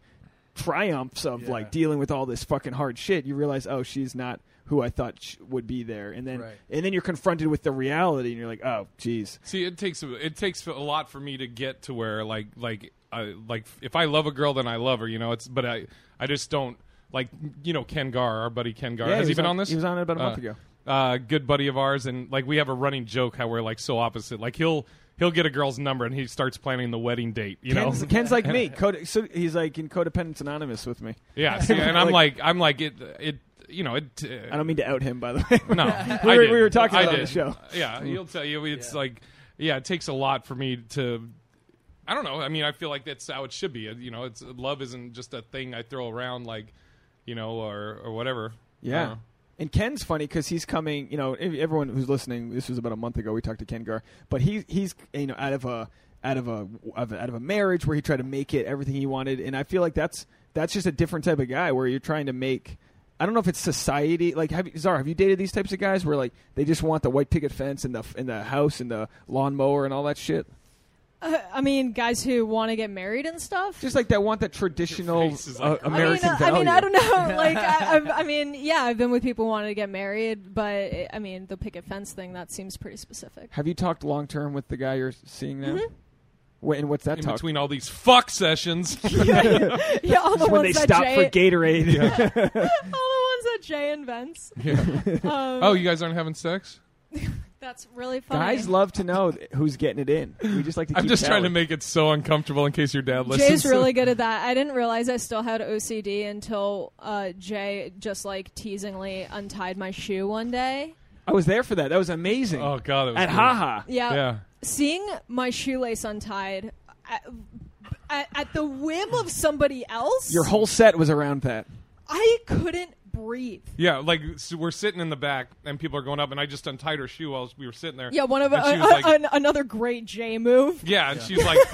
triumphs of Yeah. like dealing with all this fucking hard shit you realize oh she's not who i thought sh- would be there and then Right. and then you're confronted with the reality and you're like oh jeez See, it takes it takes a lot for me to get to where like like I like if I love a girl, then I love her. You know, it's but I I just don't like you know Ken Gar, our buddy Ken Gar. Yeah, Has he he was been on- on this? he was on it about a month Uh, ago. Uh, good buddy of ours, and like we have a running joke how we're like so opposite. Like he'll he'll get a girl's number and he starts planning the wedding date. You Ken's, know, Ken's like me. Code, so he's like in Codependence Anonymous with me. yeah. See, and I'm Like- like I'm like it it you know it. uh, I don't mean to out him, by the way. No, We I were- did. we were talking I about it on did. the show. Yeah, he'll tell you. It's Yeah. like, yeah, it takes a lot for me to. I don't know. I mean, I feel like that's how it should be. uh, You know, it's love isn't just a thing I throw around, like, you know, or or whatever. I don't Yeah. know. And Ken's funny because he's coming. You know, ev- everyone who's listening, this was about a month ago. We talked to Ken Gar, but he he's you know out of a out of a of a- out of a marriage where he tried to make it everything he wanted, and I feel like that's that's just a different type of guy where you're trying to make. I don't know if it's society. Like, have you, Zara, have you dated these types of guys where like they just want the white picket fence and the f- and the house and the lawnmower and all that shit? Uh, I mean, guys who want to get married and stuff. Just like that want that traditional face is uh, like- American I mean, uh, value. I mean, I don't know. Like, I, I've, I mean, yeah, I've been with people who wanted to get married, but it, I mean, the picket fence thing—that seems pretty specific. have you talked long term with the guy you're seeing now? Mm-hmm. Wh- And what's that In talk? between all these fuck sessions, Yeah, all the when ones they that stop Jay, for Gatorade. all the ones that Jay invents. Um, oh, you guys aren't having sex? That's really funny. Guys love to know th- who's getting it in. We just like to. I'm keep just trying to tally. make it so uncomfortable in case your dad listens. Jay's really good at that. I didn't realize I still had OCD until uh, Jay just like teasingly untied my shoe one day. I was there for that. That was amazing. oh God, it was At good. haha. Yeah. Yeah, Seeing my shoelace untied at, at, at the whim of somebody else, Your whole set was around that. I couldn't breathe. Yeah, like so we're sitting in the back and people are going up, and I just untied her shoe while we were sitting there. Yeah, one of uh, And she a- was like- an- another great J move. Yeah, and she's like,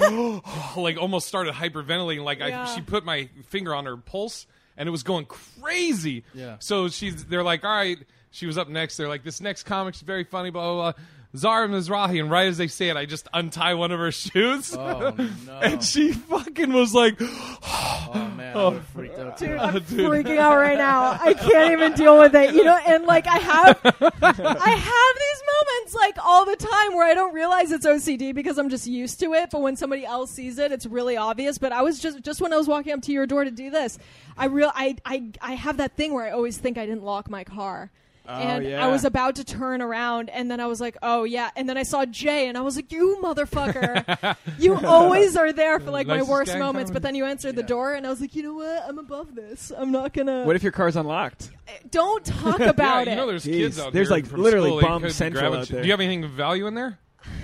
like almost started hyperventilating. Like Yeah. I, she put my finger on her pulse, and it was going crazy. Yeah. So she's, they're like, all right. She was up next. They're like, this next comic's very funny, blah blah. blah. Zara Mizrahi, and right as they say it, I just untie one of her shoes, Oh no! and she fucking was like, Oh man, I would've freaked out too. Dude, I'm dude. freaking out right now. I can't even deal with it. You know, and like I have I have these moments like all the time where I don't realize it's OCD because I'm just used to it, but when somebody else sees it, it's really obvious. But I was just just when I was walking up to your door to do this, I real I I, I have that thing where I always think I didn't lock my car. Oh, and Oh, yeah. I was about to turn around, and then I was like, "Oh yeah!" And then I saw Jay, and I was like, "You motherfucker! you always are there for like my Nicest worst guy in moments." town. But then you answered the door, and I was like, "You know what? I'm above this. I'm not gonna." Eh, What if your car's unlocked? Don't talk about yeah, you know it. there's Jeez, kids out there's, here like, from literally school, they bomb could central grab a out ch- there. Do you have anything of value in there?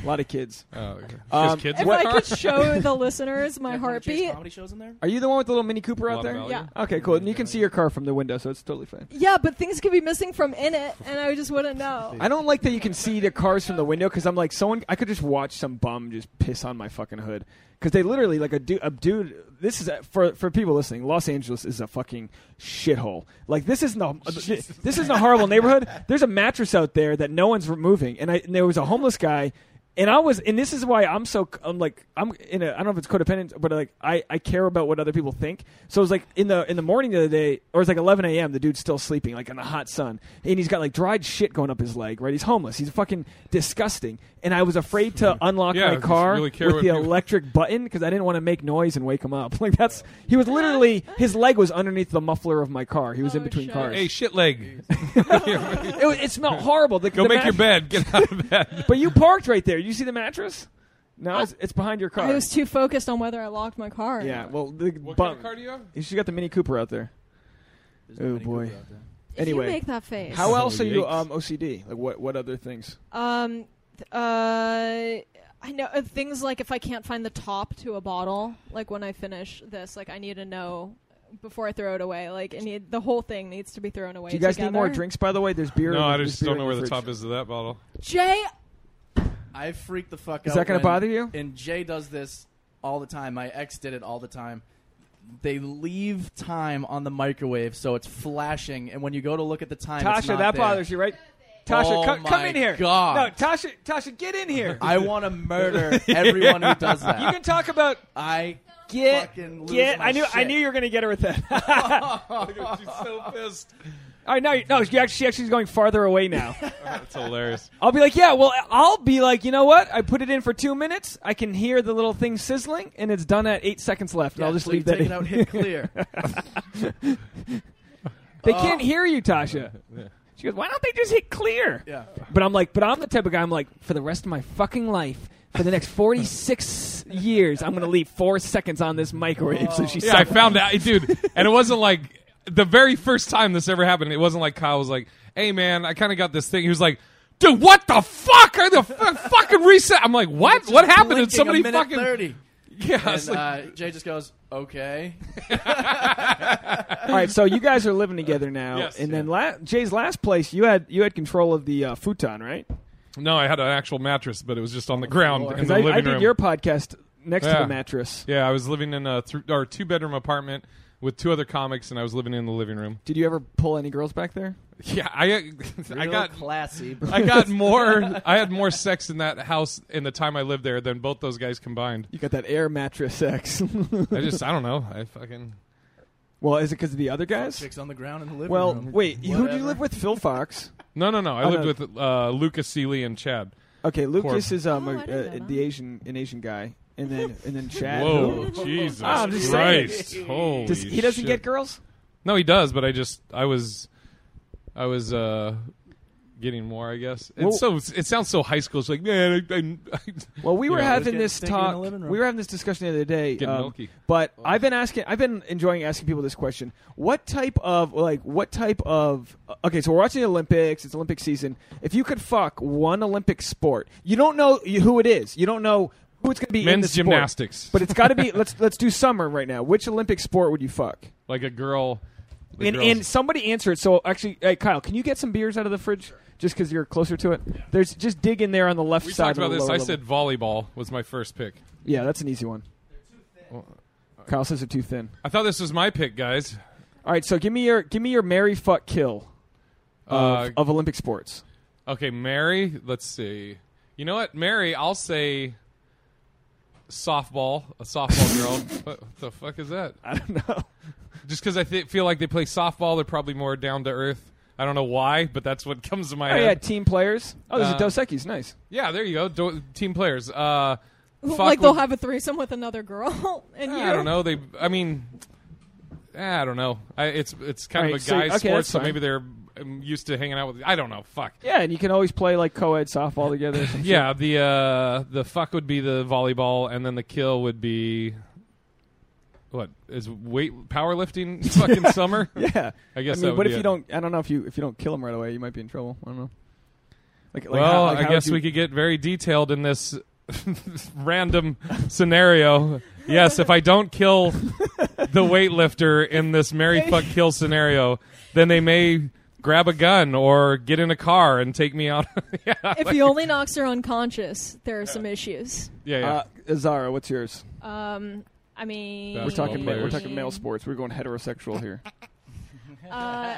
A lot of kids. Oh, okay. Um, There's kids If in the I car? could show the listeners my Yeah, wanna chase heartbeat. Comedy shows in there. Are you the one with the little Mini Cooper Lot out of there? value. Yeah. Okay, cool. And you can see your car from the window, so it's totally fine. Yeah, but things could be missing from in it, and I just wouldn't know. I don't like that you can see the cars from the window because I'm like someone. I could just watch some bum just piss on my fucking hood because they literally like a dude. A dude. This is a, for for people listening. Los Angeles is a fucking shithole. Like this isn't a this isn't a horrible neighborhood. There's a mattress out there that no one's removing, and I and there was a homeless guy. And I was, and this is why I'm so, I'm like, I'm in a, I don't know if it's codependent, but like, I, I care about what other people think. So it was like in the, in the morning the other day, or it's like 11 a.m., the dude's still sleeping, like in the hot sun. And he's got like dried shit going up his leg, right? He's homeless. He's fucking disgusting. And I was afraid to unlock Hmm. Yeah, my just car really with care the what people- electric button because I didn't want to make noise and wake him up. Like that's, he was literally, his leg was underneath the muffler of my car. He was in Oh, between shit. cars. Hey, shit leg. It, was- it smelled horrible. The, Go the make mat- your bed. Get out of bed. But you parked right there. You see the mattress? No, it's, it's behind your car. I was too focused on whether I locked my car. or Yeah, not. well, the What kind bum. of car do you have? She's got the Mini Cooper out there. There's Oh, Mini boy. Cooper out there. If anyway. you make that face. How Oh, else are you yikes. um, OCD? Like what? What other things? Um, th- uh, I know uh, things like if I can't find the top to a bottle, like when I finish this, like I need to know before I throw it away. Like I need the whole thing needs to be thrown away. Do you guys together. need more drinks? By the way, there's beer. No, in I the, there's just beer don't in know where the fridge. top is of that bottle. Jay, I freak the fuck out. Is that going to when- bother you? And Jay does this all the time. My ex did it all the time. They leave time on the microwave, so it's flashing, and when you go to look at the time, it's Tasha, not that there. bothers you, right? Tasha, Oh come, come my in here. God. No, Tasha, Tasha, get in here. I want to murder everyone who does you that. can talk about I get, fucking lose get. my I knew, I shit. knew you were going to get her with that. She's so pissed. All right, now, you- no, she actually, she actually is going farther away now. That's hilarious. I'll be like, yeah, well, I'll be like, you know what? I put it in for two minutes. I can hear the little thing sizzling, and it's done at eight seconds left. and Yeah, I'll just so you leave that. in. Take it out, hit clear. They Oh. can't hear you, Tasha. She goes, why don't they just hit clear? Yeah. But I'm like, but I'm the type of guy. I'm like, for the rest of my fucking life, for the next 46 years, I'm gonna leave four seconds on this microwave. So she Oh. Yeah, I sucked. found out, dude. And it wasn't like the very first time this ever happened. It wasn't like Kyle was like, "Hey, man, I kind of got this thing." He was like. Dude, what the fuck? Are the f- fucking reset? I'm like, what? What happened? Did Blinking somebody a minute fucking? thirty? Yeah, I And was like, uh, Jay just goes, "Okay." All right, so you guys are living together now, Yes. and then la- Jay's last place, you had you had control of the uh, futon, right? no, I had an actual mattress, but it was just on the ground Lord. in 'Cause the I, living I did room. your podcast next to Yeah. the mattress. yeah, I was living in a th- or two bedroom apartment with two other comics, and I was living in the living room. Did you ever pull any girls back there? Yeah, I I Real got classy. I got more. I had more sex in that house in the time I lived there than both those guys combined. You got that air mattress sex. I just, I don't know. I fucking. well, is it because of the other guys? Chicks on the ground in the living Well, room. wait, who do you Whatever. live with? Phil Fox. No, no, no. I Oh, lived no. with uh, Lucas Seeley and Chad. Okay, Lucas Poor- is um Oh, a, I didn't know the that. Asian an Asian guy, and then and then Chad. Whoa, who- Jesus Ah, I'm just saying. Christ! Holy Does, he doesn't shit. get girls. No, he does, but I just, I was, I was uh, getting more. I guess. And Well- so it sounds so high school. It's like, man, I, I, I, Well, we were Yeah. having this Just getting sticky in the talk. living room. We were having this discussion the other day. Getting um, milky. But I've been asking. I've been enjoying asking people this question. What type of like? What type of? uh, Okay, so we're watching the Olympics. It's Olympic season. If you could fuck one Olympic sport, you don't know who it is. You don't know who it's going to be. in Men's the sport. gymnastics. But it's got to be. let's let's do summer right now. Which Olympic sport would you fuck? like a girl The And, girls- and somebody answer it. So actually, hey Kyle, can you get some beers out of the fridge just because you're closer to it? There's just dig in there on the left we side. talked of about the this. lower I level. said volleyball was my first pick. yeah, that's an easy one. Kyle says they're too thin. I thought this was my pick, guys. All right, so give me your give me your Mary fuck kill of, Uh, of Olympic sports. Okay, Mary. Let's see. You know what, Mary? I'll say softball. A softball girl. What the fuck is that? I don't know. Just because I th- feel like they play softball, they're probably more down to earth. I don't know why, but that's what comes to my Oh head. yeah, team players. Oh, there's Uh, a Dos Equis. Nice. Yeah, there you go. Do- team players. Uh, fuck like they'll would- have a threesome with another girl, and you. I don't know. They. I mean, eh, I don't know. I, it's it's kind Alright, of a so- guy's okay, sport, that's so fine. maybe they're um, used to hanging out with. I don't know. Fuck. Yeah, and you can always play like co-ed softball together. or some shit. Yeah. The uh, the fuck would be the volleyball, and then the kill would be. What is weight powerlifting fucking summer? yeah. I guess. I mean, that would what be if you it. don't? I don't know if you if you don't kill him right away, you might be in trouble. I don't know. Like, like well, how- like I how guess would you- we could get very detailed in this random scenario. Yes, if I don't kill the weightlifter in this Mary fuck kill scenario, then they may grab a gun or get in a car and take me out. yeah, If he only knocks her unconscious, there are some issues. yeah, yeah. Uh, Zara, what's yours? Um, I mean, We're Basketball talking ma- we're Uh, players. talking male sports. We're going heterosexual here. Uh,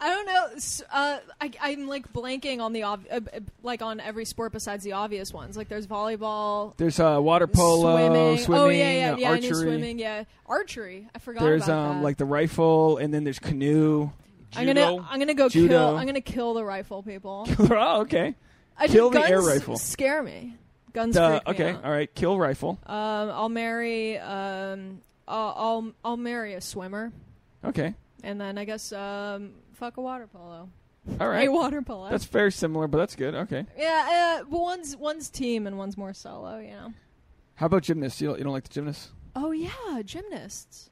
I don't know. S- Uh, I, I'm like blanking on the ob- uh, uh, like on every sport besides the obvious ones. Like there's volleyball, There's uh, water polo, swimming. swimming, oh yeah, yeah, uh, yeah. archery. I knew swimming. Yeah, archery. I forgot. There's about um that. like the rifle, and then there's canoe. I'm Judo. gonna I'm gonna go Judo. kill I'm gonna kill the rifle people. oh, okay. I Kill just, the air guns rifle. Scare me. Guns. Duh, freak me okay, out. all right. Kill rifle. Um, I'll marry. Um, I'll, I'll I'll marry a swimmer, Okay, and then I guess um, fuck a water polo. all right. A water polo. That's very similar, but that's good. Okay. yeah. Uh, but one's one's team and one's more solo. You know. How about gymnasts? You don't, you don't like the gymnasts? Oh yeah, gymnasts.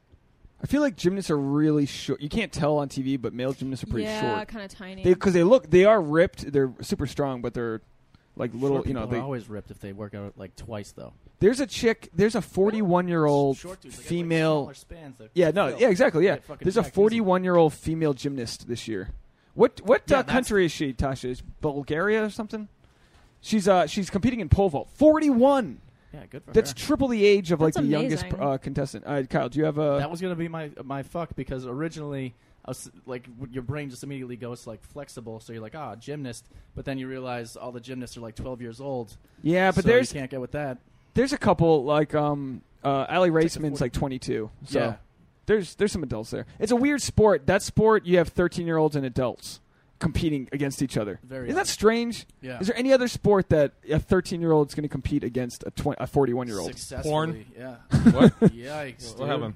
I feel like gymnasts are really short. You can't tell on TV, but male gymnasts are pretty yeah, short. kind of tiny. Because they, look, they are ripped. They're super strong, but they're like little. Short you know, people are they, always ripped if they work out like twice though. there's a chick. There's a 41 year old Short dudes, they got, like, female. smaller spans, they're yeah, no, filled. yeah, exactly. Yeah, They fucking there's a jacked easy. 41 year old female gymnast this year. What what Yeah, uh, that's- country is she? Tasha is Bulgaria or something. She's uh she's competing in pole vault. 41. Yeah, good for That's her. triple the age of like That's the youngest amazing. uh, contestant. All right, Kyle, do you have a? that was gonna be my my fuck because originally I was like w- your brain just immediately goes like flexible, so you're like ah gymnast, but then you realize all the gymnasts are like 12 years old. yeah, but so there's you can't get with that. there's a couple like um uh Ali like the Raceman's 40. like 22. So Yeah. there's there's some adults there. It's a weird sport. That sport you have 13 year olds and adults competing against each other. Very Isn't that odd. strange? yeah. Is there any other sport that a 13 year old is going to compete against a 20, a 41 year old? Successfully, Porn? Yeah. what? Yikes. what dude. happened?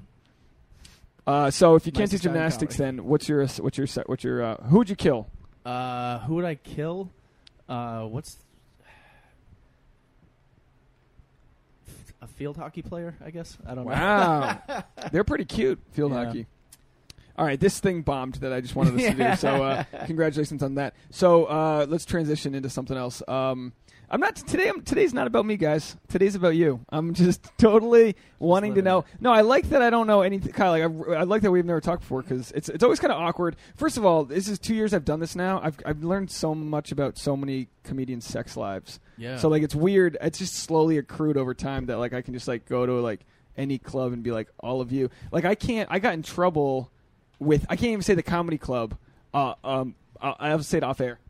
Uh, so if you can't do Nicest guy in gymnastics, then what's your what's your se- what's your uh, who would you kill? Uh, who would I kill? Uh, what's a field hockey player? I guess I don't know. Wow, they're pretty cute field Yeah. hockey. All right, this thing bombed that I just wanted us to Yeah. do. So uh, congratulations on that. So uh, let's transition into something else. Um, I'm not today. I'm, today's not about me, guys. Today's about you. I'm just totally wanting to living know. No, I like that I don't know anything, Kyle. Like I, I like that we've never talked before because it's it's always kind of awkward. First of all, this is two years I've done this now. I've I've learned so much about so many comedians' sex lives. Yeah. So like it's weird. It's just slowly accrued over time that like I can just like go to like any club and be like all of you. Like I can't. I got in trouble with. I can't even say the comedy club. Uh, um, I I have to say it off air.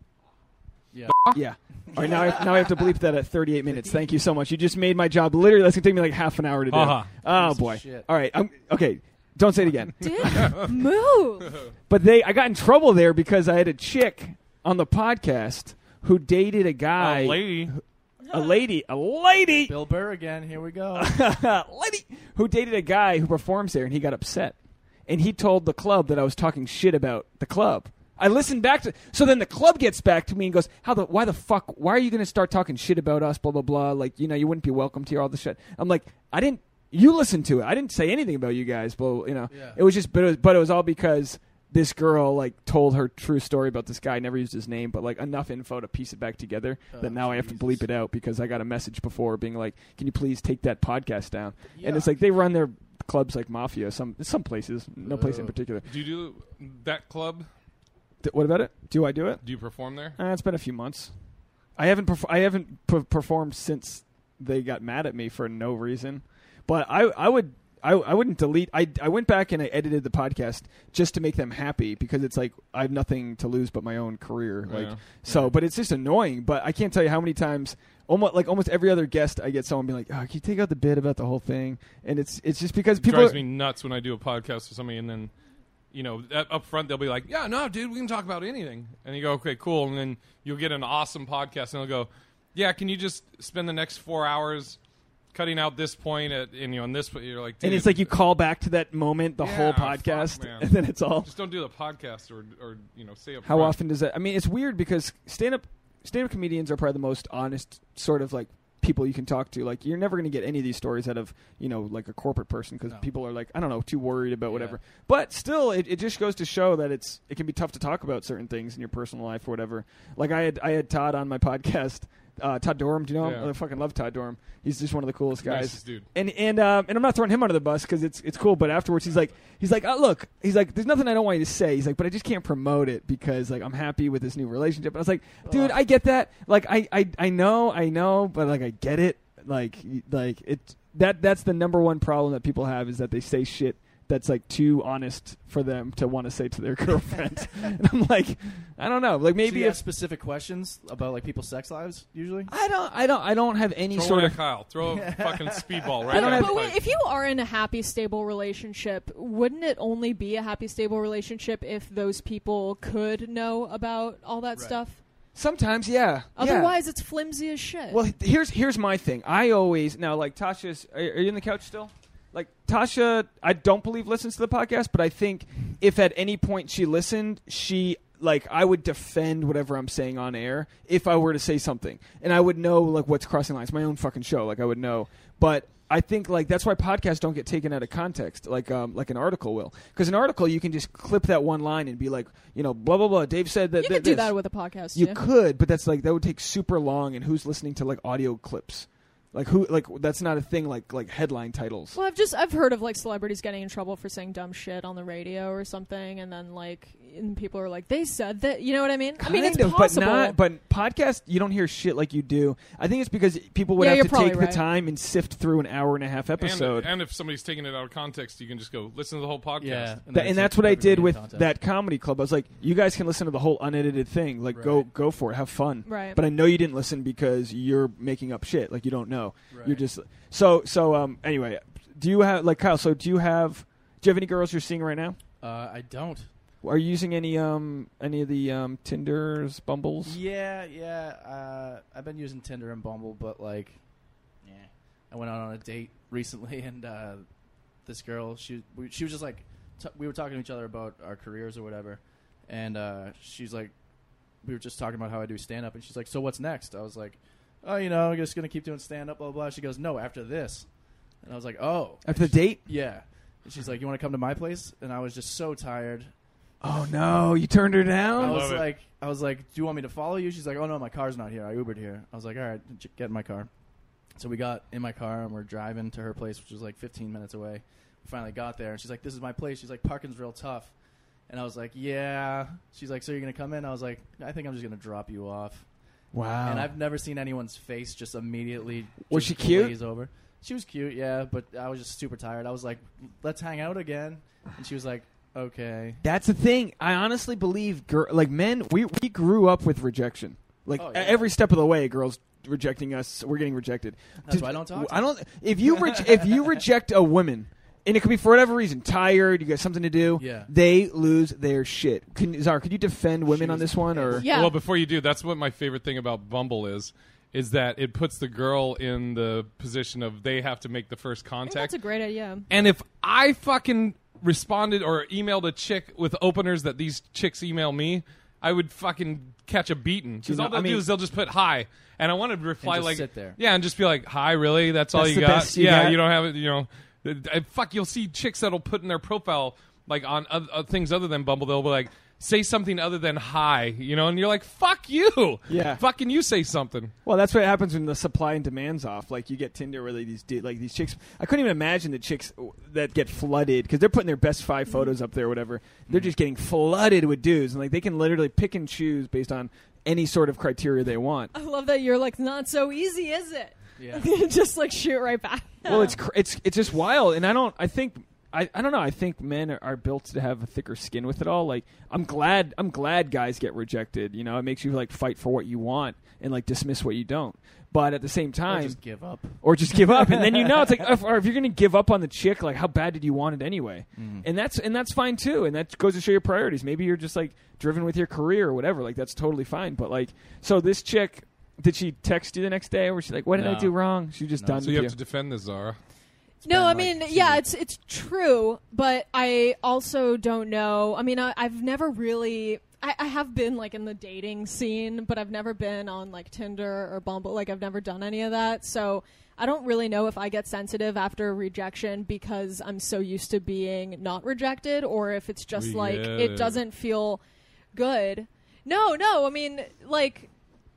Yeah. Yeah. All right. Now I, now I have to bleep that at 38 minutes. Thank you so much. You just made my job literally. That's gonna take me like half an hour to do. Uh-huh. Oh Piece of boy. shit. All right. I'm, okay. Don't say it again. Dick, move. But they, I got in trouble there because I had a chick on the podcast who dated a guy, Oh, A lady. a lady, a lady. Bill Burr again. Here we go. lady who dated a guy who performs there and he got upset and he told the club that i was talking shit about the club i listened back to so then the club gets back to me and goes how the why the fuck why are you going to start talking shit about us blah blah blah like you know you wouldn't be welcome here all this shit i'm like i didn't you listened to it i didn't say anything about you guys but you know Yeah. it was just but it was, but it was all because this girl like told her true story about this guy never used his name but like enough info to piece it back together that Oh, now i have to Jesus. bleep it out because i got a message before being like can you please take that podcast down and it's Yuck. like they run their clubs like Mafia, some some places, no place in Oh. particular. Do you do that club? Th- what about it? Do I do it? Do you perform there? Uh, it's been a few months. I haven't perf- I haven't per- performed since they got mad at me for no reason. But I I would I, I wouldn't delete I I went back and I edited the podcast just to make them happy because it's like I have nothing to lose but my own career like Yeah. so but it's just annoying but I can't tell you how many times almost like almost every other guest I get someone being like oh can you take out the bit about the whole thing and it's it's just because people drives are- me nuts when I do a podcast with somebody and then, you know, up up front they'll be like, "Yeah, no, dude, we can talk about anything." And you go, "Okay, cool." And then you'll get an awesome podcast, and they'll go, "Yeah, can you just spend the next four hours cutting out this point at and you know, and this?" point?" You're like, and "Dude, it's like you call back to that moment the Yeah, whole fuck, podcast man. and then it's all just don't do the podcast or or you know, say up How front. often does that? I mean, it's weird because stand up stand up comedians are probably the most honest sort of like people you can talk to. Like you're never going to get any of these stories out of you know like a corporate person because No. people are like I don't know too worried about whatever. But still, it, it just goes to show that it's it can be tough to talk about certain things in your personal life or whatever. Like I had I had Todd on my podcast. Uh, Todd Dorm, do you know him? Yeah. I fucking love Todd Dorm. He's just one of the coolest guys Nicest dude. and and um, and I'm not throwing him under the bus because it's it's cool. But afterwards, he's like he's like oh, look, he's like there's nothing I don't want you to say. He's like, but I just can't promote it because like I'm happy with this new relationship. And I was like, dude, I get that. Like I I I know I know, but like I get it. Like y- like it that that's the number one problem that people have is that they say shit that's like too honest for them to want to say to their girlfriend. and I'm like, I don't know. Like Maybe maybe you have if specific questions about like people's sex lives usually. I don't I don't I don't have any Throw sort one of at Kyle. Throw a fucking speedball right. I don't now. have- but wait, if you are in a happy, stable relationship, wouldn't it only be a happy, stable relationship if those people could know about all that Right. stuff? sometimes yeah. yeah. Otherwise, it's flimsy as shit. Well, here's here's my thing. I always now like Tasha's. Are, are you on the couch still? Like Tasha, I don't believe listens to the podcast, but I think if at any point she listened, she like I would defend whatever I'm saying on air if I were to say something, and I would know like what's crossing lines. My own fucking show, like I would know, but. I think like that's why podcasts don't get taken out of context, like um, like an article will, because an article you can just clip that one line and be like, you know, blah blah blah. Dave said that. you that could do this. that with a podcast. You too. could, but that's like that would take super long, and who's listening to like audio clips? Like who? Like that's not a thing. Like like headline titles. Well, I've just I've heard of like celebrities getting in trouble for saying dumb shit on the radio or something, and then like and people are like they said that. You know what I mean? I mean, it's Kind of, possible. but not. But podcast, you don't hear shit like you do. I think it's because people would Yeah, have you're to take probably the right. time and sift through an hour and a half and, episode. and if somebody's taking it out of context, you can just go listen to the whole podcast. Tha- and that's what I did with that comedy club. I was like, you guys can listen to the whole unedited thing. Like, go Right. go for it, have fun. Right. But I know you didn't listen because you're making up shit. Like you don't know. You're Right. just so so. Um. Anyway, do you have like Kyle? So do you have do you have any girls you're seeing right now? Uh, I don't. Are you using any um any of the um Tinder's, Bumbles? Yeah, yeah. Uh, I've been using Tinder and Bumble, but like, yeah. I went out on a date recently, and uh, this girl, she we, she was just like, t- we were talking to each other about our careers or whatever, and uh, she's like, we were just talking about how I do stand up, and she's like, so what's next? I was like, oh, you know, I'm just gonna keep doing stand up, blah blah. blah." She goes, no, after this, and I was like, oh, After the date? yeah. And she's like, you want to come to my place? And I was just so tired. Oh no, you turned her I down. love was it. like, I was like, do you want me to follow you? She's like, oh no, my car's not here. I Ubered here. I was like, all right, j- get in my car. So we got in my car and we're driving to her place, which was like 15 minutes away. We finally got there, and she's like, this is my place. She's like, parking's real tough. And I was like, yeah. She's like, so you're gonna come in? I was like, I think I'm just gonna drop you off. Wow. And I've never seen anyone's face just immediately Was just she cute? glaze Over. She was cute, yeah, but I was just super tired. I was like, let's hang out again, and she was like, okay. That's the thing. I honestly believe, gir- like men, we we grew up with rejection. Like e, Oh, yeah. every step of the way, girls rejecting us. We're getting rejected. That's Dude, why I don't talk to I don't. If you re- if you reject a woman, and it could be for whatever reason, tired, you got something to do. Yeah. They lose their shit. Can, Zara, could you defend women She on was- this one? Or Yeah. Well, before you do, that's what my favorite thing about Bumble is, is that it puts the girl in the position of they have to make the first I think that's contact. a great idea. and if I fucking responded or emailed a chick with openers that these chicks email me, I would fucking catch a beating because Dude, all I they'll mean- do is they'll just put hi, and I want to reply just like sit there. yeah, and just be like hi, really? That's, all That's you the got? best you yeah, got? you don't have it, you know. uh, uh, Fuck, you'll see chicks that'll put in their profile like on oth- uh, things other than Bumble. They'll be like. say something other than hi, you know, and you're like, fuck you. Yeah. Fucking you say something. Well, that's what happens when the supply and demand's off. Like you get Tinder where they, these du- like these chicks. I couldn't even imagine the chicks w- that get flooded because they're putting their best five photos up there or whatever. Mm. They're just getting flooded with dudes, and like they can literally pick and choose based on any sort of criteria they want. I love that you're like, not so easy, is it? Yeah. just like shoot right back. Well, it's cr- it's it's just wild, and I don't. I think I, I don't know. I think men are, are built to have a thicker skin with it all. Like I'm glad I'm glad guys get rejected. You know, it makes you like fight for what you want and like dismiss what you don't. But at the same Or time, just give up. or just give up and then you know it's like if, or if you're gonna give up on the chick like how bad did you want it anyway and that's and that's fine too and that goes to show your priorities maybe you're just like driven with your career or whatever like that's totally fine but like so this chick did she text you the next day or she like what did i No. do wrong she just No. done So with you you, have to defend this, Zara. been, No, I like, mean, two yeah, weeks. it's it's true, but I also don't know. I mean, I, I've never really. I, I have been like in the dating scene, but I've never been on like Tinder or Bumble. Like I've never done any of that, so I don't really know if I get sensitive after rejection because I'm so used to being not rejected, or if it's just We like get it it. doesn't feel good. No, no, I mean, like,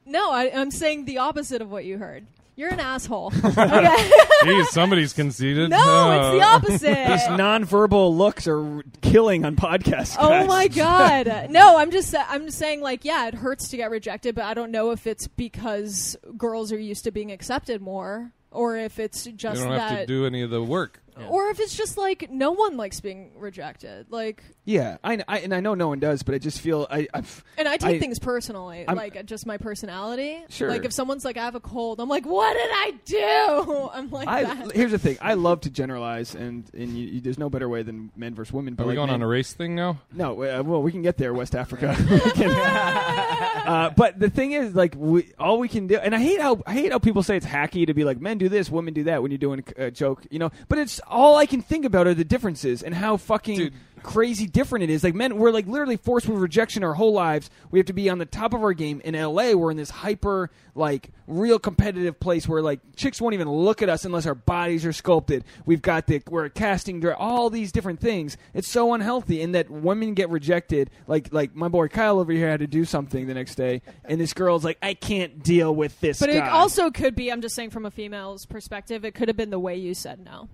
no, I, I'm saying the opposite of what you heard. You're an asshole. Okay. Jeez, somebody's Oh. conceited. No, it's the these opposite. nonverbal looks are r- killing on podcasts Oh guys. my god. No, I'm just I'm just saying like yeah, it hurts to get rejected, but I don't know if it's because girls are used to being accepted more or if it's You just don't have to that do any of the work. or if it's just like no one likes being rejected. Like yeah I, kn- I and i know no one does but i just feel i I've, and I take I- things personally, I'm- like just my personality. Sure. Like if someone's like I have a cold, I'm like what did I do? I'm like I, that. here's the thing. I love to generalize, and and you, you, there's no better way than men versus women. But Are we like going men- on a race thing now? No, uh, well, we can get there, West Africa. We can- uh, but the thing is, like, we, all we can do, and I hate how I hate how people say it's hacky to be like, men do this, women do that when you're doing a joke, you know. But it's all I can think about are the differences and how fucking Dude. crazy different it is. Like, men, we're like literally forced with rejection our whole lives. We have to be on the top of our game. In LA, we're in this hyper, like, real competitive place where like chicks won't even look at us unless our bodies are sculpted. We've got the we're a casting director, all these different things. It's so unhealthy in that women get rejected. Like like my boy Kyle over here had to do something the next day, and this girl's like, I can't deal with this. but it guy." also could be I'm just saying from a female's perspective, it could have been the way you said no.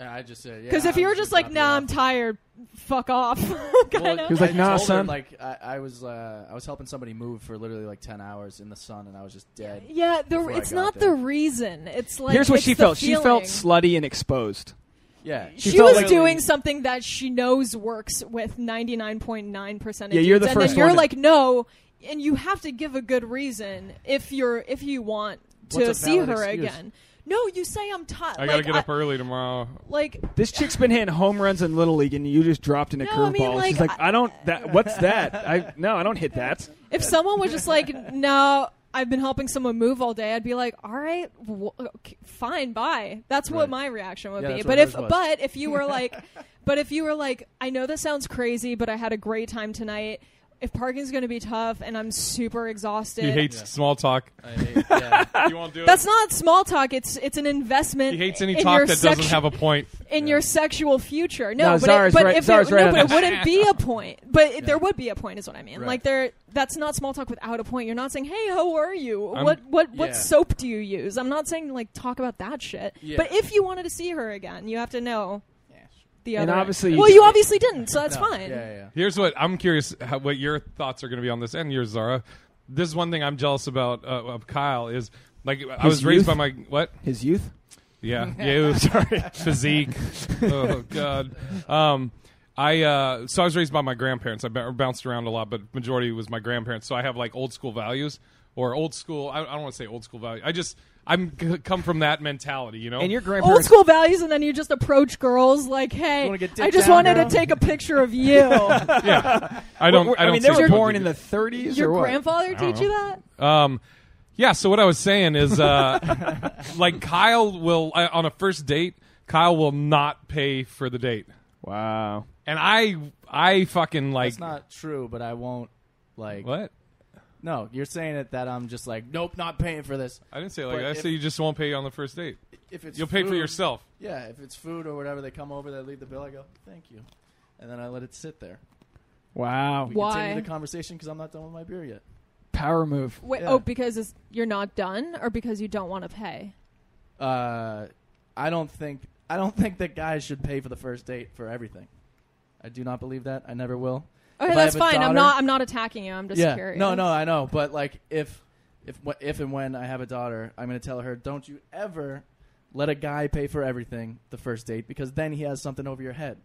I just said yeah. Because if I you were was just like, dropping nah, off. I'm tired, fuck off. kind Well, of. He was like, I "Nah, told her, son." like I, I was, uh, I was helping somebody move for literally like ten hours in the sun, and I was just dead. yeah, the, Before I it's got not there. the reason. It's like here's what it's she the felt. She felt feeling. slutty and exposed. Yeah, She, felt was like- doing something that she knows works with 99.9 percent. Yeah, you're the and first then you're one to- like, no, and you have to give a good reason if you're if you want What's to a see valid her excuse? again. No, you say I'm tired. I gotta like, get up early tomorrow. like This chick's been hitting home runs in little league, and you just dropped in a No, I curveball. mean, She's like, like, I, don't. That what's that? I no, I don't hit that. if someone was just like, no, I've been helping someone move all day, I'd be like, all right, w- okay, fine, bye. That's what Right. my reaction would Yeah, be. that's what But if, hers was. but if you were like, but if you were like, I know this sounds crazy, but I had a great time tonight. If parking's going to be tough and I'm super exhausted, He hates Yeah. small talk. I hate, yeah. You won't do that's not small talk. It's it's an investment. He hates any in talk your that sexu- doesn't have a point. in Yeah. your sexual future. No, No, but, Zara's it, but right- if Zara's it, right no, on but it that. wouldn't be a point. But it, there would be a point, is what I mean. Right. Like there, that's not small talk without a point. You're not saying, "Hey, how are you? I'm- what what what Yeah. soap do you use?" I'm not saying like talk about that shit. Yeah. But if you wanted to see her again, you have to know the And other. obviously- well, you obviously didn't, so that's No, fine. Yeah, yeah, yeah. Here's what I'm curious how, what your thoughts are going to be on this, and yours, Zara. This is one thing I'm jealous about uh, of Kyle is like I was raised youth? by my what? His youth. Yeah, yeah. it was- Sorry, physique. oh God. Um, I uh, so I was raised by my grandparents. I b- bounced around a lot, but majority was my grandparents. So I have like old school values or old school. I, I don't want to say old school value. I just I'm c- come from that mentality, you know. And your grandparents. Old school values, and then you just approach girls like, "Hey, wanna get I dick just down, wanted girl?" to take a picture of you." yeah. I don't. We're- I don't. mean, they see were what born you in do. the 30s Your or what? grandfather don't teach you that? Um, yeah. So what I was saying is, uh, like Kyle will uh, on a first date, Kyle will not pay for the date, Wow. and I, I fucking like It's not true, but I won't like. what? No, you're saying it that I'm just like, nope, not paying for this. I didn't say it like But that. I if- said you just won't pay on the first date. If it's You'll pay for food- yourself. Yeah, if it's food or whatever, they come over, they leave the bill. I go, thank you, and then I let it sit there. Wow. We Why? continue the conversation because I'm not done with my beer yet. Power move. Wait, Yeah. Oh, because it's, you're not done, or because you don't want to pay? Uh, I don't think I don't think that guys should pay for the first date for everything. I do not believe that. I never will. Okay, If I that's have a fine. daughter- I'm not. I'm not attacking you. I'm just yeah. curious. No, no, I know. But like, if if wh- if and when I have a daughter, I'm going to tell her, don't you ever let a guy pay for everything the first date because then he has something over your head.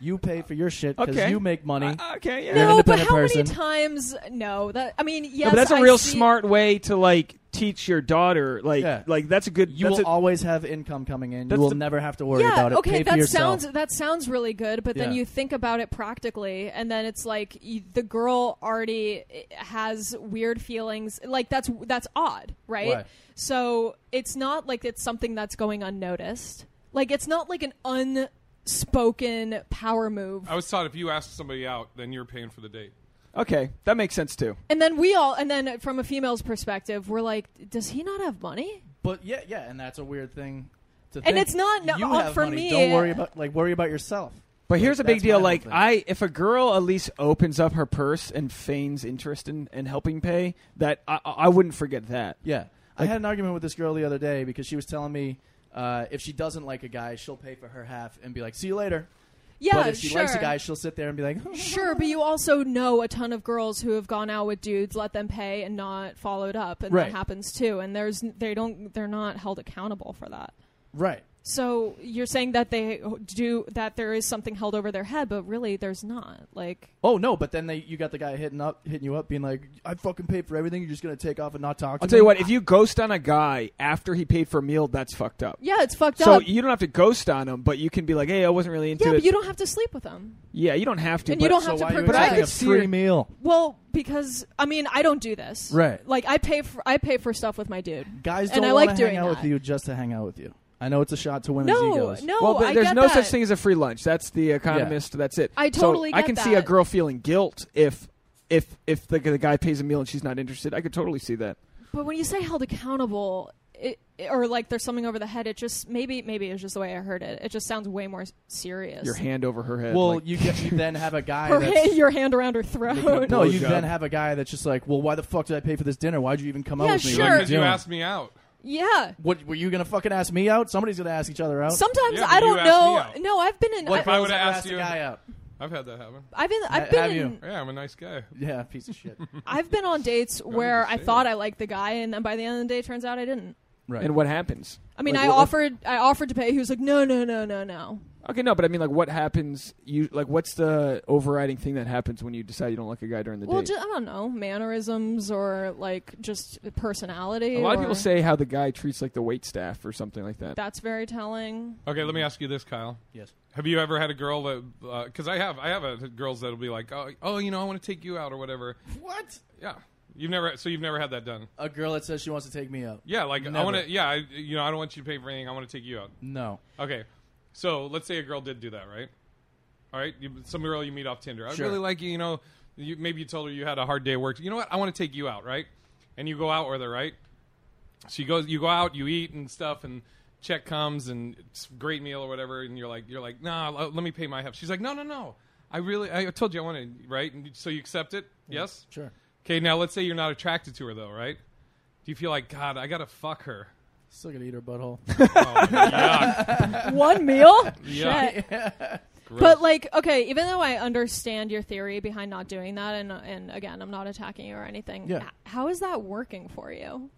You pay for your shit because Okay. you make money. Uh, okay, yeah. You're an No, but independent how person. many times? No, that I mean, yes, No, but that's a I real see- smart way to like teach your daughter. Like, Yeah. like that's a good. you that's will a- always have income coming in. You That's will the- never have to worry Yeah, about it. okay, pay that for yourself. sounds that sounds really good, but then Yeah. you think about it practically, and then it's like you, the girl already eh, has weird feelings. Like that's that's odd, right? Right. So it's not like it's something that's going unnoticed. Like it's not like an unspoken power move. Oh. I was taught if you ask somebody out, then you're paying for the date. okay, that makes sense too. And then we all, and then from a female's perspective, we're like, does he not have money? But yeah, yeah, and that's a weird thing to And think. it's not- no, you uh, have for money. me- Don't worry about like worry about yourself. But here's a Like, big that's deal. my Like whole thing. I, if a girl at least opens up her purse and feigns interest in, in helping pay, that I, I I wouldn't forget that. Yeah. I Like- had an argument with this girl the other day because she was telling me uh, if she doesn't like a guy, she'll pay for her half and be like, "See you later." Yeah, but if she sure. likes a guy, she'll sit there and be like, Sure, but you also know a ton of girls who have gone out with dudes, let them pay, and not followed up, and Right. that happens too. And there's they don't they're not held accountable for that. "Right." So you're saying that they do that there is something held over their head, but really there's not. Like Oh no! But then they, you got the guy hitting up, hitting you up, being like, "I fucking paid for everything. You're just gonna take off and not talk." to I'll tell you me?" what. If you ghost on a guy after he paid for a meal, that's fucked up. yeah, it's fucked So up. you don't have to ghost on him, but you can be like, "Hey, I wasn't really into yeah, it." but you don't have to sleep with them. yeah, you don't have to. And but you don't so have to why are you protect- But I could expecting a see free her- meal. Well, because I mean I don't do this. Right. Like I pay for I pay for stuff with my dude. Guys And don't wanna I like hang doing out that. with you just to hang out with you. I know it's a shot to women's No, egos. no, well, but I there's get no that. such thing as a free lunch. That's the Economist that said. I totally I get can see a that. girl feeling guilt if if if the, the guy pays a meal and she's not interested. I could totally see that. But when you say held accountable, it, or like there's something over the head, it just maybe maybe it's just the way I heard it. It just sounds way more s- serious. Your hand over her head. Well, like- you get you then have a guy Her that's hand- your hand around her throat. No, you blowjob. then have a guy that's just like, well, why the fuck did I pay for this dinner? Why'd you even come out Yeah, with me? sure. What, are Because you doing? asked me out. Yeah. What, were you gonna fucking ask me out? Somebody's gonna ask each other out. Sometimes Yeah, but I you don't asked me know. out. No, I've been in. what if I, I girls would've ever asked asked you- a guy out? I've had that happen. I've been. I've Ha- been. have in, you? Yeah, I'm a nice guy. Yeah, piece of shit. I've been on dates where just I say thought that. I liked the guy, and then by the end of the day, it turns out I didn't. right. and what happens? I mean, Like, I what- offered. I offered to pay. He was like, "No, no, no, no, no." Okay, no, but I mean, like, what happens? You like, what's the overriding thing that happens when you decide you don't like a guy during the Well, date? ju- I don't know mannerisms or like just personality. a lot of or- people say how the guy treats like the wait staff or something like that. that's very telling. Okay, let me ask you this, Kyle. yes. Have you ever had a girl that? Because I have, I have uh girls that'll be like, oh, oh, you know, I want to take you out or whatever. What? Yeah, you've never, so you've never had that done. A girl that says she wants to take me out. Yeah, like I Never. want to. Yeah, I, you know, I don't want you to pay for anything. I want to take you out. No. Okay, so let's say a girl did do that, right? All right, you, some girl you meet off Tinder. I Sure. really like you. You know, you, maybe you told her you had a hard day at work. You know what? I want to take you out, right? And you go out with her, right? So you go, you go out, you eat and stuff, and check comes and it's a great meal or whatever, and you're like, you're like, nah, l- let me pay my half. She's like, no, no, no. I really, I told you I wanted, right? And so you accept it, yes? Sure. Okay, now let's say you're not attracted to her though, right? Do you feel like God? I gotta fuck her. Still gonna eat her butthole. Oh, yuck. One meal? Yeah. Shit. Gross. But like, okay, even though I understand your theory behind not doing that, and and again, I'm not attacking you or anything. Yeah. h- How is that working for you?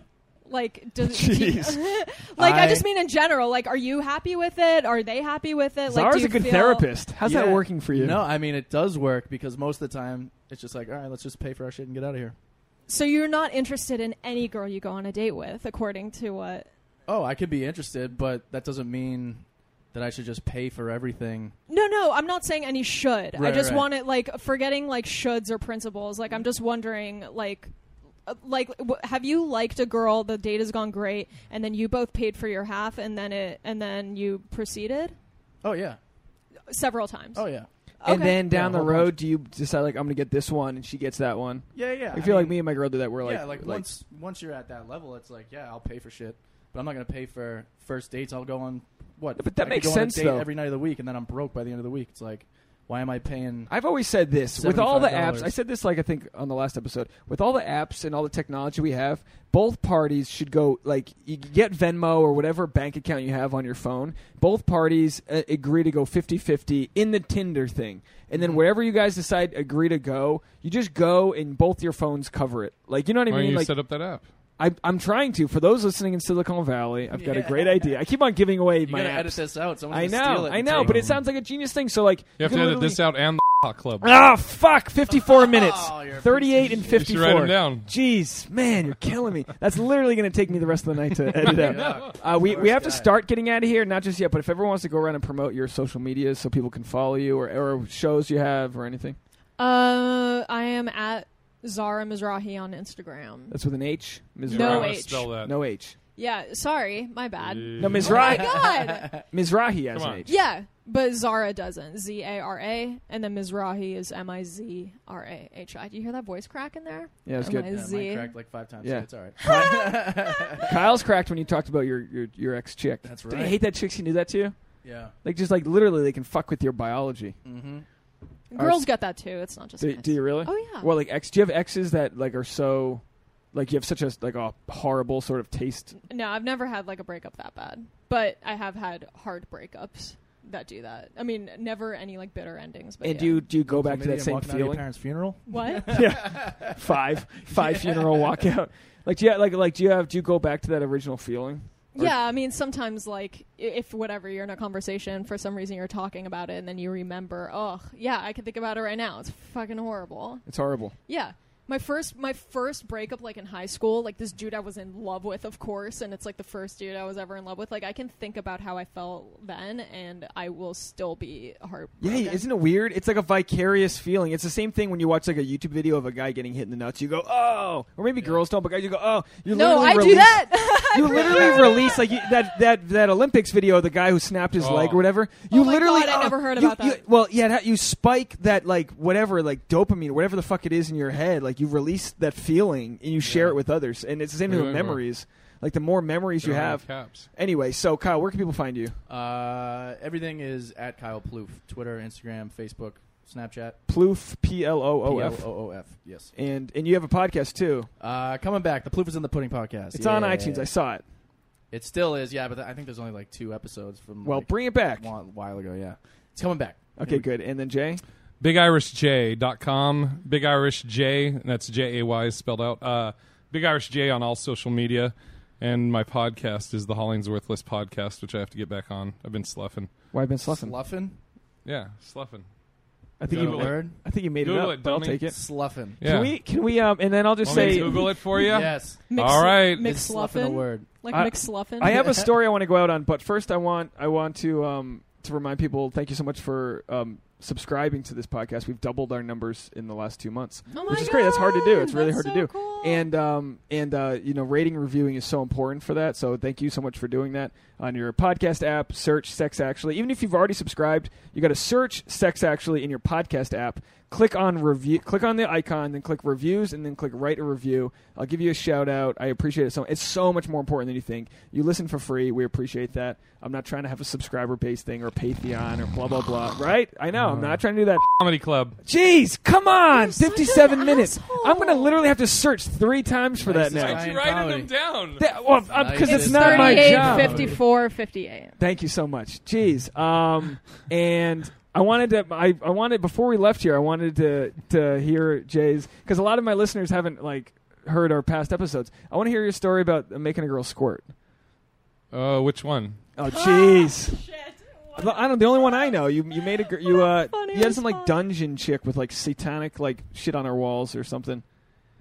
Like, does Jeez. like I, I- just mean in general. Like, are you happy with it? Are they happy with it? Like, do Zara's you a good feel- therapist. How's that Yeah. working for you? No, I mean it does work because most of the time it's just like, all right, let's just pay for our shit and get out of here. So you're not interested in any girl you go on a date with, according to what? Oh, I could be interested, but that doesn't mean that I should just pay for everything. No, no, I'm not saying any should. I Right, just right. want it like forgetting like shoulds or principles. Like I'm just wondering like uh, like w- have you liked a girl the date has gone great and then you both paid for your half and then it and then you proceeded Oh yeah. several times. Oh yeah. And Okay. then down the Yeah, a whole bunch. road, do you decide like I'm gonna get this one and she gets that one? Yeah, yeah. I feel like me and my girl did that. We're like, yeah, like, once once you're at that level, it's like, yeah, I'll pay for shit, but I'm not gonna pay for first dates. I'll go on what? But that I could makes go sense, on a date though. Every night of the week, and then I'm broke by the end of the week. It's like, Why am I paying? I've always said this with all the $75. apps. I said this like I think on the last episode. With all the apps and all the technology we have, both parties should go like you can get Venmo or whatever bank account you have on your phone. Both parties uh, agree to go 50-50 in the Tinder thing. And Mm-hmm. then wherever you guys decide agree to go, you just go and both your phones cover it. Like you know what I Why don't mean? you like set up that app? I, I'm trying to. For those listening in Silicon Valley, I've got a Yeah. great idea. I keep on giving away You my gotta apps. edit this out. Someone's I gonna steal know, it I and know, take but it. it sounds like a genius thing. So like, You have can to edit literally- this out and the club. Ah, fuck! Fifty-four minutes. Oh, you're a Thirty-eight and You should fifty-four. write them down. Jeez, man, you're killing me. That's literally going to take me the rest of the night to edit out. Yeah. Uh, we, we Worst have to guy. start getting out of here, not just yet, but if everyone wants to go around and promote your social media so people can follow you or, or shows you have or anything. Uh, I am at Zara Mizrahi on Instagram. That's with an H. Ms. No I Rahi. wanna H. Spell that. No H. Yeah, sorry, my bad. No, Ms. Oh Rahi. my god. Ms. Rahi has Come an on. H. yeah, but Zara doesn't. Z A R A, and then Mizrahi is M I Z R A H I. Do you hear that voice crack in there? Yeah, it's Am good. I- Yeah, Z. mine cracked like five times. Yeah. so it's all right. Kyle's cracked when you talked about your, your, your ex chick. That's I right. hate that chick. She knew that to you. Yeah. Like, just like literally, they can fuck with your biology. Mm-hmm. Girls got that too. It's not just Do, guys. do you really? Oh yeah. Well, like ex. Do you have exes that like are so, like you have such a like a horrible sort of taste? No, I've never had like a breakup that bad, but I have had hard breakups that do that. I mean, never any like bitter endings. But and yeah. do you do you go back to that same feeling? parents' funeral. what? yeah, five five funeral walkout. Like do you like like do you have do you go back to that original feeling? Or- yeah, I mean, sometimes like i- if whatever you're in a conversation for some reason you're talking about it and then you remember, oh yeah, I can think about it right now. It's fucking horrible. It's horrible. Yeah. My first my first breakup like in high school, like this dude I was in love with, of course, and it's like the first dude I was ever in love with. Like I can think about how I felt then and I will still be heartbroken. Yeah, isn't it weird? It's like a vicarious feeling. It's the same thing when you watch like a YouTube video of a guy getting hit in the nuts. You go, oh, or maybe girls don't, but guys, you go, oh, you No, literally I do release- that. You literally release like you, that that that Olympics video of the guy who snapped his Oh. leg or whatever. You my literally God, I uh, never heard you- about you- that. well, yeah, that- you spike that like whatever like dopamine, whatever the fuck it is in your head. Like you release that feeling and you share Yeah. it with others, and it's the same thing Yeah, with yeah. memories. Like the more memories you They're all have. Caps. Anyway, so Kyle, where can people find you? Uh, everything is at Kyle Plouffe. Twitter, Instagram, Facebook, Snapchat. Ploof, P L O O F, P-L-O-O-F. Yes. and and you have a podcast too. Uh, coming back. The Plouffe is in the Pudding podcast. It's on Yeah. iTunes. I saw it. It still is, yeah, but I think there's only like two episodes from Well, like, bring it back. a while ago, yeah. It's coming back. Okay, good. And then Jay, BigIrishJ.com. Big Irish J. and That's J A Y spelled out. Uh, Big Irish J on all social media. And my podcast is the Hollingsworthless podcast, which I have to get back on. I've been sloughing. why I've been Sluffin'. sluffing? Sluffin'? Yeah, sloughing. I think Is you. that a Google it. word? I think you made Google it up, it, but I'll dummy. take it. Sluffin'. Yeah. Can we? Can we? Um, and then I'll just Want me to say. Google it for you? Yes. Mix, All right. Is Sluffin' a McSluffin? word? Like I- McSluffin? I have a story I want to go out on, but first I want I want to um, to remind people. Thank you so much for um, subscribing to this podcast. We've doubled our numbers in the last two months, Oh my which is great. That's hard to do. It's God, really that's hard to do. so cool. and um, and uh, you know, rating reviewing is so important for that. So thank you so much for doing that on your podcast app. Search Sex Actually. Even if you've already subscribed, you got to search Sex Actually in your podcast app. Click on review. Click on the icon, then click reviews, and then click write a review. I'll give you a shout out. I appreciate it so. It's so much more important than you think. You listen for free. We appreciate that. I'm not trying to have a subscriber based thing or Patreon or blah blah blah. Right? I know. I'm not trying to do that. Comedy Club. Jeez, come on! You're such an Fifty-seven minutes. asshole. I'm gonna literally have to search three times for that Nice now. try. Why'd you Ryan writing Comedy. them down? That- well, Nice. because it's, It's not my 38, job. 54, 58. Thank you so much. Jeez. Um, and I wanted to. I, I wanted before we left here. I wanted to to hear Jay's because a lot of my listeners haven't like heard our past episodes. I want to hear your story about uh, making a girl squirt. Uh, which one? Oh, jeez. Shit. I don't. know, The only one I know. You you made a gir- you uh Funny you had as some like fuck. dungeon chick with like satanic like shit on her walls or something.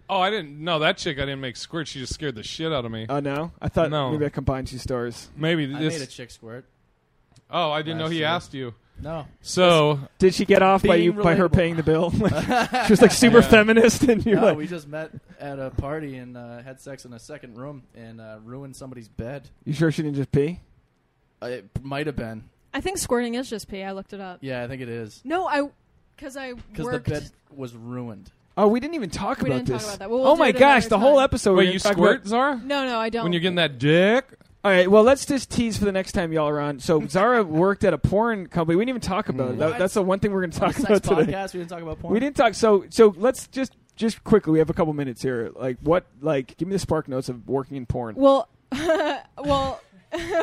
Oh, I didn't. No, that chick I didn't make squirt. She just scared the shit out of me. Oh no, I thought No. maybe I combined two stories. Maybe I this. made a chick squirt. oh, I didn't know Last he year. asked you. No. So Did she get off by you Being by her relatable. paying the bill? she was like super Yeah. feminist, and you're no, like, we just met at a party and uh, had sex in a second room and uh, ruined somebody's bed. you sure she didn't just pee? Uh, It might have been. I think squirting is just pee. I looked it up. Yeah, I think it is. No, I. Because I Because the worked. bed was ruined. Oh, we didn't even talk We about didn't talk this. about that. Well, oh we'll do my it gosh, another the whole time. episode. we wait, didn't you talk squirt, about- Zara? no, no, I don't. When you're getting that dick? All right. Well, let's just tease for the next time y'all are on. So Zara worked at a porn company. We didn't even talk about it. That- What? that's the one thing we're going to On a talk sex about today. podcast, we didn't talk about porn. We didn't talk. So so let's just just quickly. We have a couple minutes here. Like what? Like give me the spark notes of working in porn. Well, well,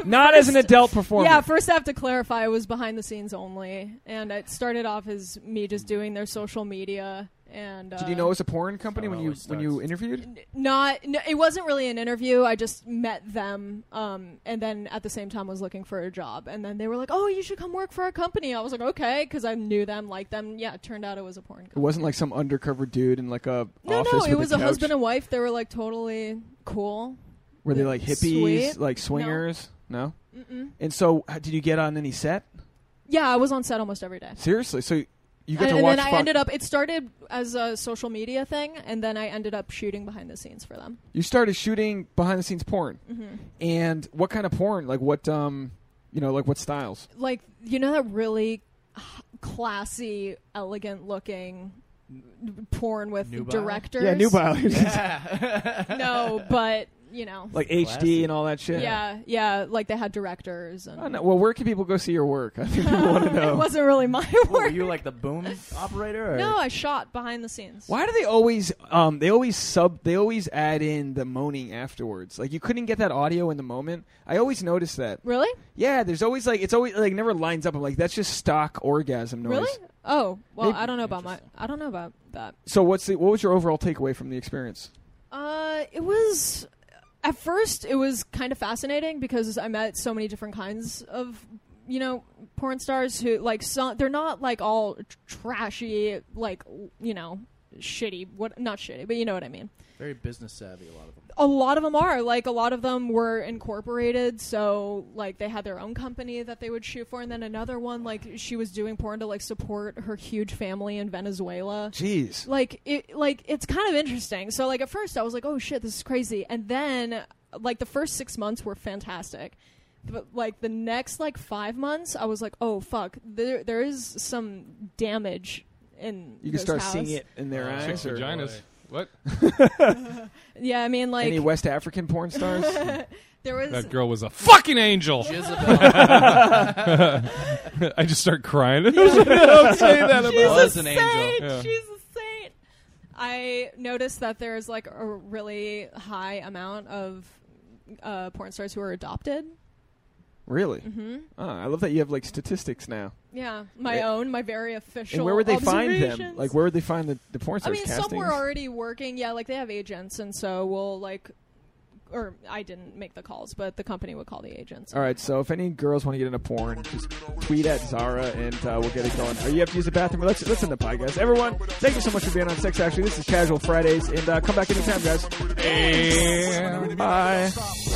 Not as an first- adult performer. yeah. First, I have to clarify. It was behind the scenes only, and it started off as me just doing their social media. And uh, Did you know it was a porn company how when it you always when you starts. interviewed? Not. No, it wasn't really an interview. I just met them, um, and then at the same time was looking for a job. And then they were like, "Oh, you should come work for our company." I was like, "Okay," because I knew them, liked them. Yeah. It turned out it was a porn. It company. wasn't like some undercover dude in like a No, office no. with It was a, couch. husband and wife. They were like totally cool. Were they like hippies, Sweet. like swingers? No. Mm-mm. And so, h- did you get on any set? Yeah, I was on set almost every day. Seriously, so you got and, to watch. and then I fuck- ended up. It started as a social media thing, and then I ended up shooting behind the scenes for them. you started shooting behind the scenes porn, and what kind of porn? Like what? Um, you know, like what styles? Like you know that really classy, elegant looking porn with Nubile? directors. Yeah, nubile, Yeah. No, but you know, like Classy. HD and all that shit. yeah, yeah, like they had directors, I don't and know. Well, where can people go see your work? I think people want to it know. wasn't really my What, were work. you like the boom operator? Or? No, I shot behind the scenes. Why do they always um they always sub they always add in the moaning afterwards? Like you couldn't get that audio in the moment. I always notice that. Really? Yeah, there's always like it's always like never lines up. I'm like that's just stock orgasm noise. Really? Oh, well, Maybe- I don't know about my. I don't know about that. So what's the what was your overall takeaway from the experience? Uh, it was at first it was kind of fascinating because I met so many different kinds of you know porn stars who like so, they're not like all tr- trashy like you know shitty what not shitty but you know what I mean. Very business savvy, a lot of them. A lot of them are like a lot of them were incorporated, so like they had their own company that they would shoot for, and then another one like she was doing porn to like support her huge family in Venezuela Jeez. like it like it's kind of interesting so like at first i was like oh shit this is crazy and then like the first six months were fantastic but like the next like five months i was like oh fuck there there is some damage in You can this start house. seeing it in their eyes. Six Or vaginas. What? yeah i mean like any West African porn stars? there was That girl was a fucking angel. Jezebel I just start crying. was she's an a angel. saint. Yeah. She's a saint. I noticed that there's like a really high amount of uh, porn stars who are adopted. really? Mm-hmm. I love that you have like statistics now. Yeah, my Yeah. own, my very official. and where would they find them? observations. Like where would they find the, the porn I stars mean, castings? some were already working. Yeah, like they have agents, and so we'll like, or I didn't make the calls, but the company would call the agents. All right, so if any girls want to get into porn, just tweet at Zara and uh, we'll get it going. Or you have to use the bathroom. Let's listen to the podcast. Everyone, thank you so much for being on Sex Actually. This is Casual Fridays, and uh, come back anytime, guys. Bye. stop.